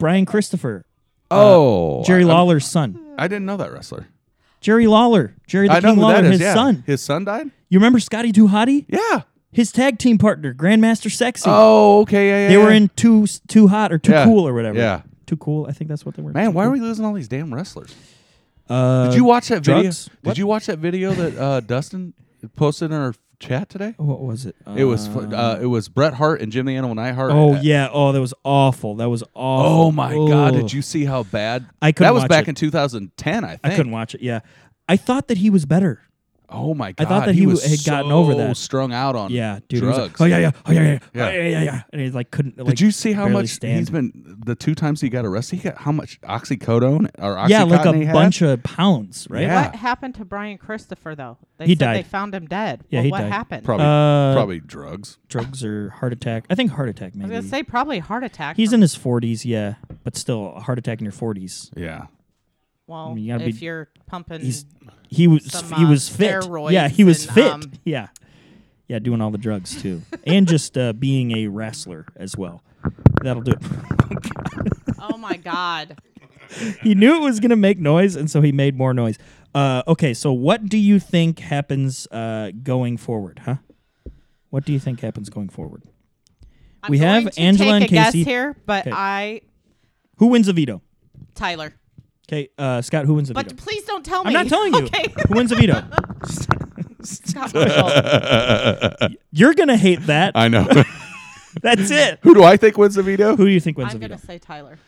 B: Brian Christopher,
A: Oh,
B: Uh, Jerry
A: I-
B: Lawler's son.
A: I didn't know that wrestler.
B: Jerry Lawler, Jerry the
A: I know
B: King
A: who
B: Lawler,
A: that is.
B: his
A: yeah.
B: son.
A: His son died.
B: You remember Scotty Duhati?
A: Yeah.
B: His tag team partner, Grandmaster Sexy.
A: Oh, okay. Yeah, yeah.
B: they were
A: yeah.
B: in too too hot or too
A: Yeah.
B: cool or whatever.
A: Yeah.
B: Too cool, I think that's what they were.
A: Man,
B: Too
A: why are we
B: cool.
A: losing all these damn wrestlers?
B: Uh,
A: Did you watch that video?
B: drugs? What?
A: Did you watch that video that uh, Dustin posted in our chat today?
B: Uh, What was it?
A: It was fu- uh, it was Bret Hart and Jim the Animal Nightheart.
B: Oh
A: Uh,
B: yeah. Oh, that was awful. That was awful.
A: Oh my God!
B: Ugh.
A: Did you see how bad?
B: I couldn't
A: That was
B: watch
A: back
B: it.
A: in 2010, I think.
B: I couldn't watch it. Yeah, I thought that he was better.
A: Oh my God!
B: I thought that he
A: was
B: w- had gotten over
A: so
B: that.
A: Strung out on
B: Yeah, dude. he was
A: drugs.
B: like, oh yeah, yeah. Oh yeah, yeah.
A: Yeah.
B: Oh, yeah, yeah, yeah. And he like couldn't. Like,
A: Did you see how
B: barely
A: much
B: stand.
A: he's been? The two times he got arrested, he got how much oxycodone or oxycontin
B: yeah, like
A: he
B: a
A: had?
B: bunch of pounds, right?
A: Yeah.
I: What happened to Brian Christopher though? They
B: He
I: said They
B: died.
I: found him dead.
B: Yeah,
I: well,
B: he
I: what
B: died.
I: happened?
A: probably
B: Uh,
A: probably drugs.
B: Drugs or heart attack? I think heart attack.
I: I was
B: Maybe.
I: gonna say probably heart attack.
B: He's
I: from-
B: in his forties, yeah, but still a heart attack in your forties.
A: Yeah,
I: Well,
B: You gotta
I: if
B: be-
I: you're pumping,
B: He's he was
I: Some,
B: he
I: uh,
B: was fit. Yeah,
I: steroids
B: he was
I: and,
B: fit.
I: um,
B: yeah, yeah, doing all the drugs too, and just uh, being a wrestler as well. That'll do it.
I: oh my god,
B: he knew it was gonna make noise, and so he made more noise. Uh, okay, so what do you think happens uh, going forward, huh? What do you think happens going forward?
I: I'm
B: We have
I: going to
B: Angela
I: take
B: and
I: a
B: Casey.
I: guess here, but
B: 'Kay.
I: I
B: Who wins the veto?
I: Tyler.
B: Okay, uh, Scott, who wins the
I: But
B: veto?
I: please don't tell me.
B: I'm not telling you.
I: Okay.
B: Who wins the veto?
I: Scott Marshall.
B: You're gonna hate that.
A: I know.
B: That's it.
A: Who do I think wins the veto?
B: Who do you think wins
I: I'm
B: the veto?
I: gonna say Tyler.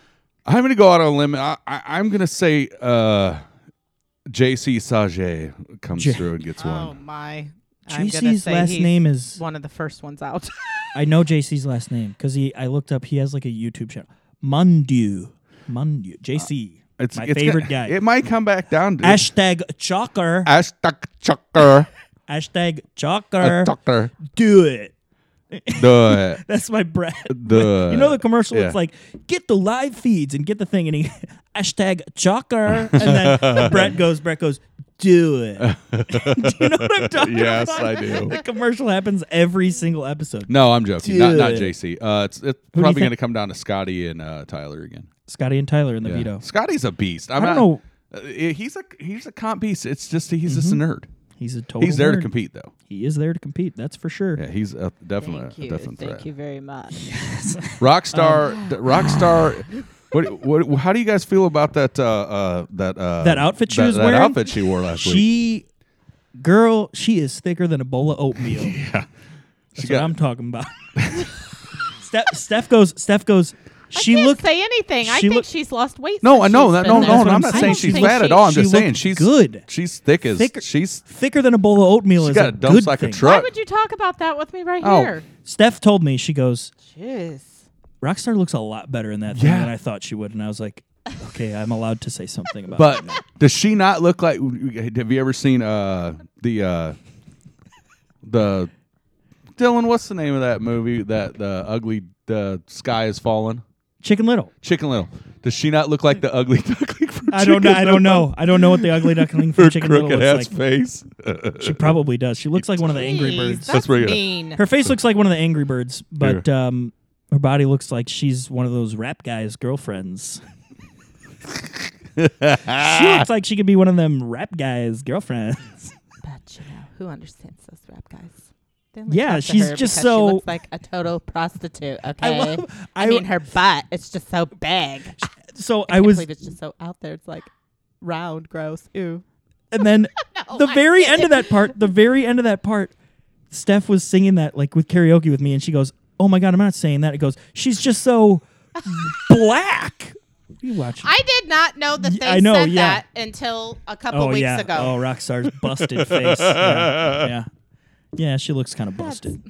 A: I'm gonna go out on a limb. I, I, I'm gonna say uh, J.C. Sage comes
B: J-
A: through and gets
I: Oh
A: one.
I: my. I'm gonna
B: JC's
I: say
B: last
I: he's
B: name is
I: one of the first ones out.
B: I know JC's last name because he I looked up he has like a YouTube channel. Mundu. Mundu. JC.
A: Uh, It's
B: my
A: it's
B: favorite guy.
A: gonna- It might come back down to
B: Hashtag chalker.
A: Ashtak Chucker.
B: Hashtag
A: A
B: chalker.
A: Chucker.
B: Do it.
A: The
B: That's my bread.
A: the
B: you know the commercial?
A: Uh, yeah.
B: It's like get the live feeds and get the thing, and he hashtag chalker, and then Brett goes, Brett goes, do it. do you know what I'm talking
A: Yes,
B: about?
A: I do.
B: The commercial happens every single episode.
A: No, I'm joking. Not not
B: Dude.
A: JC. Uh, it's it's
B: you
A: probably
B: think-
A: going to come down to Scotty and uh, Tyler again.
B: Scotty and Tyler in the
A: Yeah.
B: veto.
A: Scotty's a beast. I'm
B: I don't
A: not-
B: know.
A: uh, he's a he's a comp beast. It's just he's just a nerd.
B: He's Mm-hmm. a total.
A: He's there to
B: nerd.
A: compete though.
B: He is there to compete. That's for sure.
A: Yeah, he's a, definitely a definite threat.
I: very much.
A: Rockstar, d- Rockstar. What, what, how do you guys feel about that? Uh, uh, that uh,
B: That outfit she
A: that,
B: was
A: that
B: wearing?
A: outfit she wore last week.
B: She, girl, she is thicker than a bowl of oatmeal. yeah, that's what
A: got-
B: I'm talking about. Steph, Steph goes. Steph goes. She
I: Can't
B: looked.
I: say anything. I
B: she
I: think
B: looked-
I: she's lost weight.
A: No, I
I: since
A: no,
I: she's
A: that,
I: been
A: no,
I: there.
A: no.
B: what
A: I'm
B: I'm
A: not
B: saying.
A: saying
B: I
A: she's
B: don't
A: fat
B: think
A: at all. I'm
B: she
A: just saying
B: looked
A: she's
B: good.
A: She's thick as
B: Thicker-
A: she's.
B: thicker than a bowl of oatmeal
A: She
B: is
A: got
B: a
A: a dumps
B: good
A: like a
B: thing.
A: truck.
I: Why would you talk about that with me right
A: Oh.
I: here?
B: Steph told me she goes.
I: Jeez.
B: Rockstar looks a lot better in that thing
A: Yeah.
B: than I thought she would, and I was like, okay, I'm allowed to say something about.
A: But
B: it.
A: does she not look like? Have you ever seen uh the uh the Dylan? What's the name of that movie? That the ugly the sky is fallen.
B: Chicken Little.
A: Chicken Little. Does she not look like the ugly duckling? From
B: I don't know. I don't know. I don't know what the ugly duckling from
A: Her
B: Chicken Little
A: crooked ass
B: looks like.
A: face.
B: She probably does. She looks like one of the Angry Birds.
I: Jeez,
A: That's
I: that's
A: pretty good.
I: mean.
B: Her face looks like one of the Angry Birds, but um, her body looks like she's one of those rap guys' girlfriends. she looks like she could be one of them rap guys' girlfriends.
I: But you know, who understands those rap guys? They only
B: Yeah,
I: talk to
B: she's
I: her
B: just
I: because
B: so-
I: She looks like a total prostitute. Okay. I,
B: love- I-
I: mean, her butt. It's just so big. I,
B: So I was
I: believe it's just so out there. It's like round, gross. Ooh.
B: And then
J: No,
B: the
J: I
B: very
J: didn't.
B: end of that part, the very end of that part, Steph was singing that like with karaoke with me, and she goes, "Oh my god, I'm not saying that." It goes, "She's just so black." What are you watching?
I: I did not know that
B: Y-
I: they
B: I know,
I: said
B: yeah.
I: that until a couple
B: oh
I: weeks
B: yeah.
I: ago.
B: Oh, Rockstar's busted face. Yeah. yeah. Yeah, she looks kind of busted.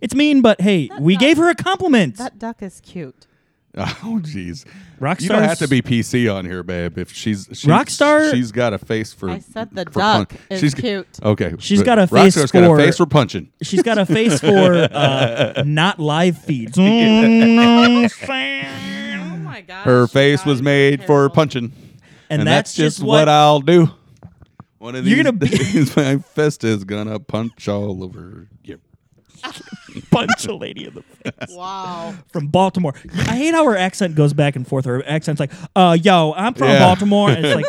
B: It's mean, but hey, we gave her a compliment.
I: That duck is cute.
A: Oh, jeez.
B: Rockstar.
A: You don't have to be PC on here, babe. If she's, she's
B: Rockstar-
A: she's got a face for.
I: I said the
A: for
I: duck
A: pun-
I: is
A: she's-
I: cute.
A: Okay,
B: She's
A: but
B: got a face
A: Rockstar's got
B: for-
A: a face for punching.
B: She's got a face for uh, not live feeds. Mm, and
I: Oh my gosh.
A: Her face was made for punching, and, that's, just what, I'll do. One of these
B: You're gonna be-
A: days, my fist is gonna punch all over you.
B: punch a lady in the face.
I: Wow.
B: From Baltimore. I hate how her accent goes back and forth. Her accent's like, uh, yo, I'm from
A: Yeah.
B: Baltimore. And it's like,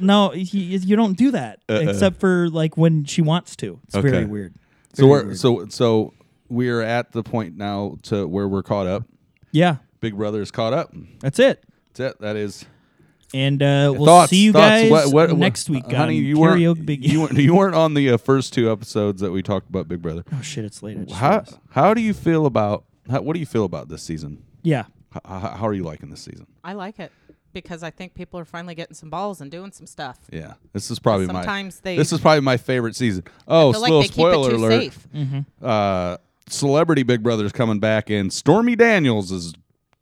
B: no, y- y- you don't do that except for like when she wants to. It's
A: Uh-uh. Okay.
B: very weird.
A: So
B: Very
A: we're
B: weird.
A: so so we're at the point now to where we're caught up.
B: yeah,
A: Big Brother is caught up.
B: that's it.
A: That's it. That is
B: And uh, we'll
A: thoughts.
B: see you
A: thoughts.
B: guys
A: What- what- what-
B: next week.
A: honey.
B: on
A: You
B: Karaoke
A: weren't,
B: Big-
A: you weren't you weren't on the uh, first two episodes that we talked about Big Brother.
B: oh shit, it's late. I just
A: How
B: realized.
A: how do you feel about how, what do you feel about this season?
B: Yeah,
A: H- h- how are you liking this season?
I: I like it because I think people are finally getting some balls and doing some stuff.
A: Yeah, this is probably my
I: Sometimes they-
A: this is probably my favorite season. Oh,
I: I feel like
A: little
I: they keep it
A: spoiler
I: too
A: alert!
I: safe.
B: Mm-hmm.
A: Uh, Celebrity Big Brother's coming back, and Stormy Daniels is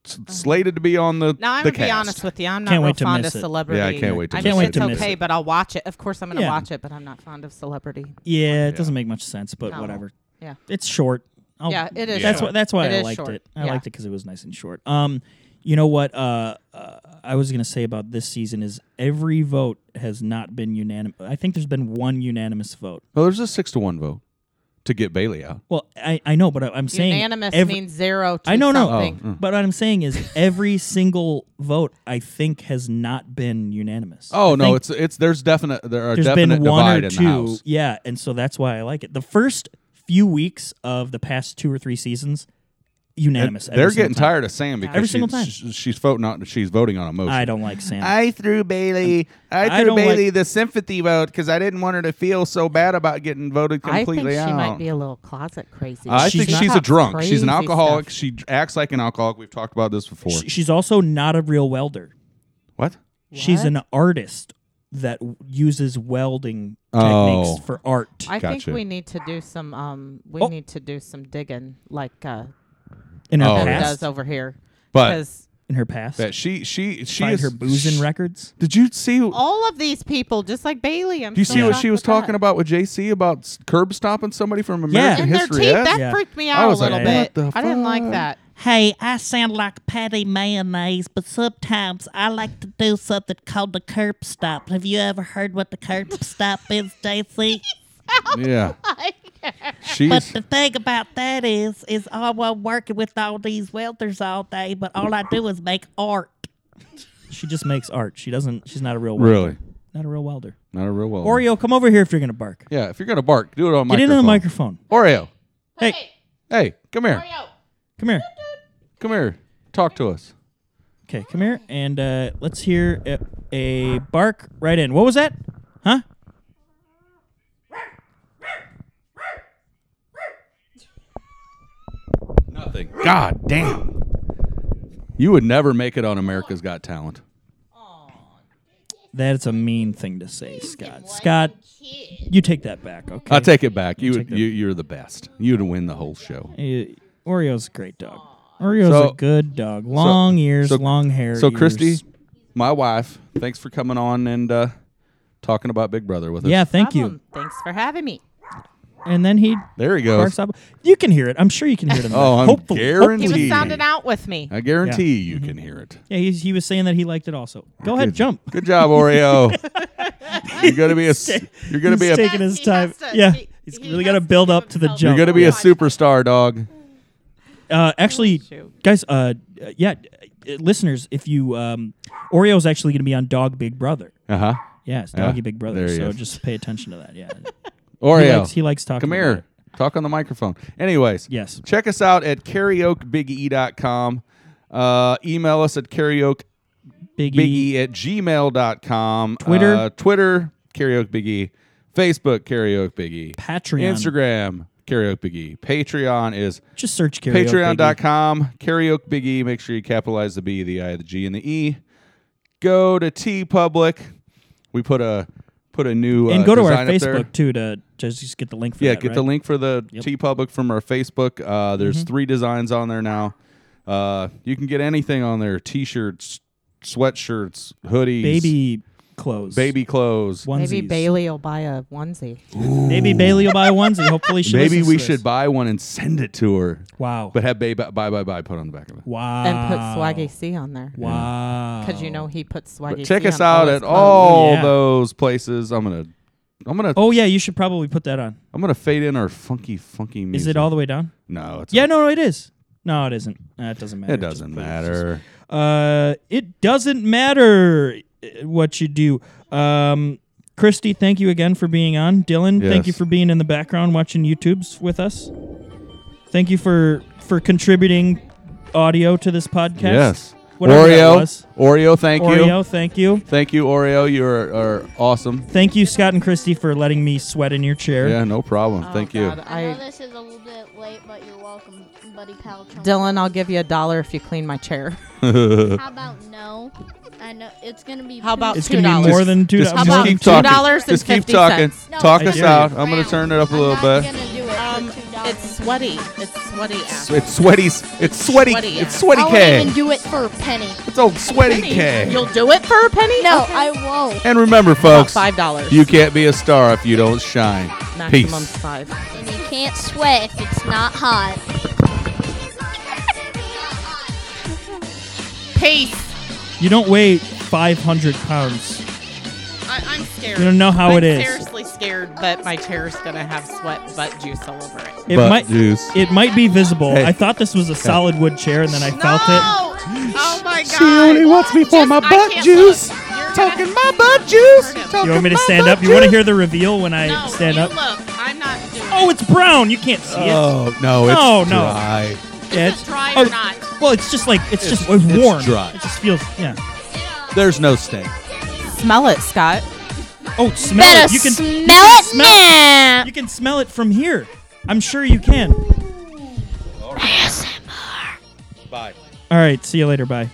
A: s- slated to be on the
I: Uh-huh. Now I'm
A: the
I: gonna be
A: cast.
I: honest with you. I'm not
B: Can't
I: real
B: wait to
I: fond
B: miss
I: of
B: it.
I: celebrity.
A: Yeah, I can't wait to
I: I
A: miss
I: think
A: it.
I: it's
B: Can't wait to miss
I: okay,
B: it.
I: but I'll watch it. Of course, I'm gonna
B: Yeah.
I: watch it, but I'm not fond of celebrity.
B: yeah, it doesn't make much sense, but
I: No.
B: whatever.
I: Yeah.
B: It's short. I'll-
I: Oh. Yeah, it is
B: That's
I: short.
B: why. That's why
I: It
B: I
I: is
B: liked
I: short.
B: it. I
I: Yeah.
B: liked it because it was nice and short. Um, you know what? Uh, uh, I was gonna say about this season is every vote has not been unanimous. I think there's been one unanimous vote.
A: Well, there's a six to one vote to get Bailey out.
B: Well, I, I know, but I, am saying
I: Unanimous
B: every-
I: means zero. To
B: I know, no,
I: something.
A: Oh, mm.
B: but what I'm saying is every single vote I think has not been unanimous.
A: Oh
B: I
A: no,
B: think
A: it's it's there's definite there are
B: there's
A: definite
B: been one
A: divide
B: or
A: in the
B: two,
A: house.
B: yeah, and so that's why I like it. The first few weeks of the past two or three seasons, unanimous. every
A: They're
B: single
A: getting
B: time.
A: tired of Sam because
B: Every single
A: she-
B: time.
A: sh- she's voting on she's voting on emotion.
B: I don't like Sam.
A: I threw Bailey.
B: I threw don't Bailey like-
A: the sympathy vote because I didn't want her to feel so bad about getting voted
I: I think she might be a little closet crazy.
A: Oh, I
B: She's
A: think
B: not-
A: she's a
I: talks
A: drunk. She's
I: crazy
A: an alcoholic.
I: stuff.
A: She acts like an alcoholic. We've talked about this before.
B: Sh- she's also not a real welder.
A: what?
B: She's
I: What?
B: an artist that w- uses welding
A: Oh.
B: techniques for art.
I: I
A: Gotcha.
I: think we need to do some. Um, we
B: Oh.
I: need to do some digging, like uh,
B: in her
A: Oh,
I: Heather
A: yeah.
I: does
B: past,
I: over here.
A: But-
I: 'Cause
B: in her past,
A: That she she she
B: find
A: is
B: her boozing
A: sh-
B: records.
A: Did you see? Do
I: all of these people, just like Bailey, I'm
A: you
I: so
A: see what
I: shocked
A: she was
I: with that.
A: talking about with JC about s- curb stomping somebody from American
I: And their
A: History?
I: teeth,
A: X?
I: that
B: Yeah.
I: freaked me
A: I
I: out a
A: was like,
I: little
A: what
I: bit.
A: the
I: I didn't like
A: fuck?
I: that.
K: Hey, I sound like Patty Mayonnaise, but sometimes I like to do something called the curb stop. Have you ever heard what the curb stop is, JC?
A: Yeah.
K: But
A: She's
K: the thing about that is, is I was working with all these welders all day, but all I do is make art.
B: She just makes art. She doesn't. She's not a real welder.
A: really
B: not a real welder.
A: not a real well.
B: Oreo, come over here if you're gonna bark.
A: Yeah, if you're gonna bark, do it on
B: Get
A: microphone.
B: into the microphone.
A: Oreo.
B: Hey,
A: Hey, come here.
B: come here.
A: Come here. Talk to us.
B: Okay, come here and uh, let's hear a, a bark right in. What was that? Huh?
A: Nothing. God damn. You would never make it on America's Got Talent.
B: That's a mean thing to say, Scott. Scott, you take that back, okay?
A: I'll take it back. You, would,
B: take that.
A: you you're the best. You'd win the whole show.
B: Uh, Oreo's a great dog. Oreo's
A: So-
B: a good dog. Long ears,
A: so-
B: long hair.
A: So
B: ears.
A: Christy, my wife, thanks for coming on and uh, talking about Big Brother with us.
B: Yeah, thank you.
I: Problem. Thanks for having me.
B: And then he
A: There he
B: barks
A: goes.
B: up. You can hear it. I'm sure you can hear it. In the
A: Oh, I'm
B: back. hopefully,
I: He
A: guaranteed.
I: was sounding out with me.
A: I guarantee you can hear it.
B: Yeah, he's, he was saying that he liked it also. Go ahead, jump.
A: Good job, Oreo. you're gonna be a s- you're gonna be
B: he's
A: a
B: taking his
I: He
B: time.
I: has to-
B: yeah,
I: he-
B: he's
I: he
B: really got
I: has
B: to
I: to
B: build
I: give
B: up to the
I: himself
B: jump.
A: you're gonna be a
I: watch.
A: superstar, dog.
B: Uh, actually,
I: Oh, shoot.
B: guys, uh, uh, yeah, uh, listeners, if you um, Oreo's actually going to be on Dog Big Brother.
A: Uh huh.
B: Yes, Doggy
A: Yeah,
B: Big
A: there
B: Brother.
A: he
B: So
A: is.
B: just pay attention to that. Yeah, he
A: Oreo.
B: likes, he likes talking.
A: Come
B: about
A: here.
B: it.
A: Talk on the microphone. Anyways,
B: Yes.
A: Check us out at karaokebiggie.com. Uh, email us at karaokebiggie
B: Biggie.
A: at gmail.com.
B: Twitter.
A: Uh, Twitter, Karaoke Biggie, Facebook Karaoke Biggie,
B: Patreon.
A: Instagram Karaoke Biggie, Patreon is
B: Just search karaoke.
A: Patreon.com, karaoke Big E. Make sure you capitalize the B, the I, the G, and the E. Go to T Public. We put a put a new
B: and
A: uh,
B: go to our
A: design up there.
B: Facebook too to just, just get the link for
A: Yeah,
B: that,
A: get the
B: right?
A: link for the
B: Yep. Mm-hmm.
A: T Public from our Facebook. Uh, there's three designs on there now. Uh, you can get anything on there: t-shirts, sweatshirts, hoodies,
B: Baby clothes.
A: baby clothes.
B: onesies.
I: Maybe Bailey will buy a onesie.
B: Maybe Bailey will buy a onesie. Hopefully she
A: Maybe
B: listens
A: we
B: to
A: should
B: this.
A: buy one and send it to her,
B: Wow.
A: but have "bye bye bye bye" put on the back of it.
B: wow.
I: And put Swaggy C on there.
B: Wow.
I: Because you know he puts Swaggy
A: But
I: C
A: check us
I: on
A: out
I: his
A: at
I: clothes. Oh
A: all
B: yeah.
A: those places. I'm gonna, I'm gonna,
B: Oh yeah, you should probably put that on.
A: I'm gonna fade in our funky, funky music.
B: Is it all the way down?
A: No, it's
B: Yeah, no, no, it is. No, it isn't. Uh, it doesn't matter.
A: It
B: Just
A: doesn't
B: put-
A: matter.
B: Uh, it doesn't matter uh, what you do. Um, Christy, thank you again for being on. Dylan, thank you
A: Yes.
B: for being in the background watching YouTube's with us. Thank you for for contributing audio to this podcast.
A: Yes.
B: Whatever that
A: Oreo,
B: was.
A: Oreo, thank you,
B: Oreo, thank you.
A: thank you, Oreo. You are, are awesome.
B: Thank you, Scott and Christy, for letting me sweat in your chair.
A: Yeah, no problem.
I: Oh,
A: thank
I: God,
A: you.
I: I-
L: I know this is a little bit late, but you're welcome, buddy pal. Chunk.
I: Dylan, I'll give you a dollar if you clean my chair.
L: How about no? I know it's gonna be.
I: How
L: poo-
I: about
B: It's
I: two
B: gonna be
I: dollars?
B: more than two.
A: Just,
I: How
A: just
I: about
A: keep
I: two
A: talking.
I: dollars and
A: Just keep
I: 50
A: talking.
I: cents?
L: No,
A: Talk
L: I
A: us
B: hear
A: out.
L: you.
A: I'm gonna turn it up a
L: I'm
A: little
L: not
A: bit.
L: gonna do it for
I: Um,
L: $2.
I: it's sweaty. It's sweaty. Ass.
A: It's sweaty. It's sweaty.
I: Sweaty,
A: It's
I: yeah.
A: sweaty
L: I won't even
A: K.
L: do it for a penny.
A: It's old sweaty K.
I: You'll do it for a penny?
L: No, Oh, I won't.
A: And remember, folks,
I: Five dollars.
A: you can't be a star if you don't shine.
I: maximum
A: Peace.
I: five.
L: And you can't sweat if it's not hot.
I: Peace.
B: You don't weigh 500 pounds.
I: I, I'm scared.
B: You don't know how
I: I'm
B: it is.
I: Seriously scared, but my chair's gonna have sweat butt juice all over it.
B: It
A: Butt
B: might
A: juice.
B: it might be visible.
A: Hey.
B: I thought this was a solid wood chair, and then I felt it.
I: no! Oh my god!
A: wants me for my butt juice.
I: You're
A: Talking
I: gonna-
A: my butt juice.
I: You
A: Talking
B: You want me to
A: my
B: stand
A: butt
B: up? You want to
A: juice.
B: hear the reveal when I
I: No,
B: stand
I: you
B: up?
I: Look, I'm not doing.
B: Oh,
I: it.
B: it's brown. You can't see it.
A: Oh no! It's
B: No, no.
A: dry.
B: Yeah, oh,
I: Is it dry or not?
B: Well, it's just like it's,
A: It's-
B: just it's
A: it's
B: warm.
A: dry.
B: It just feels yeah.
A: There's no stink.
I: smell it, Scott.
B: Oh, smell it. You can
L: smell
B: you can
L: it
B: smell
L: now.
B: You can smell it from here. I'm sure you can.
A: Bye.
B: All right. See you later. Bye.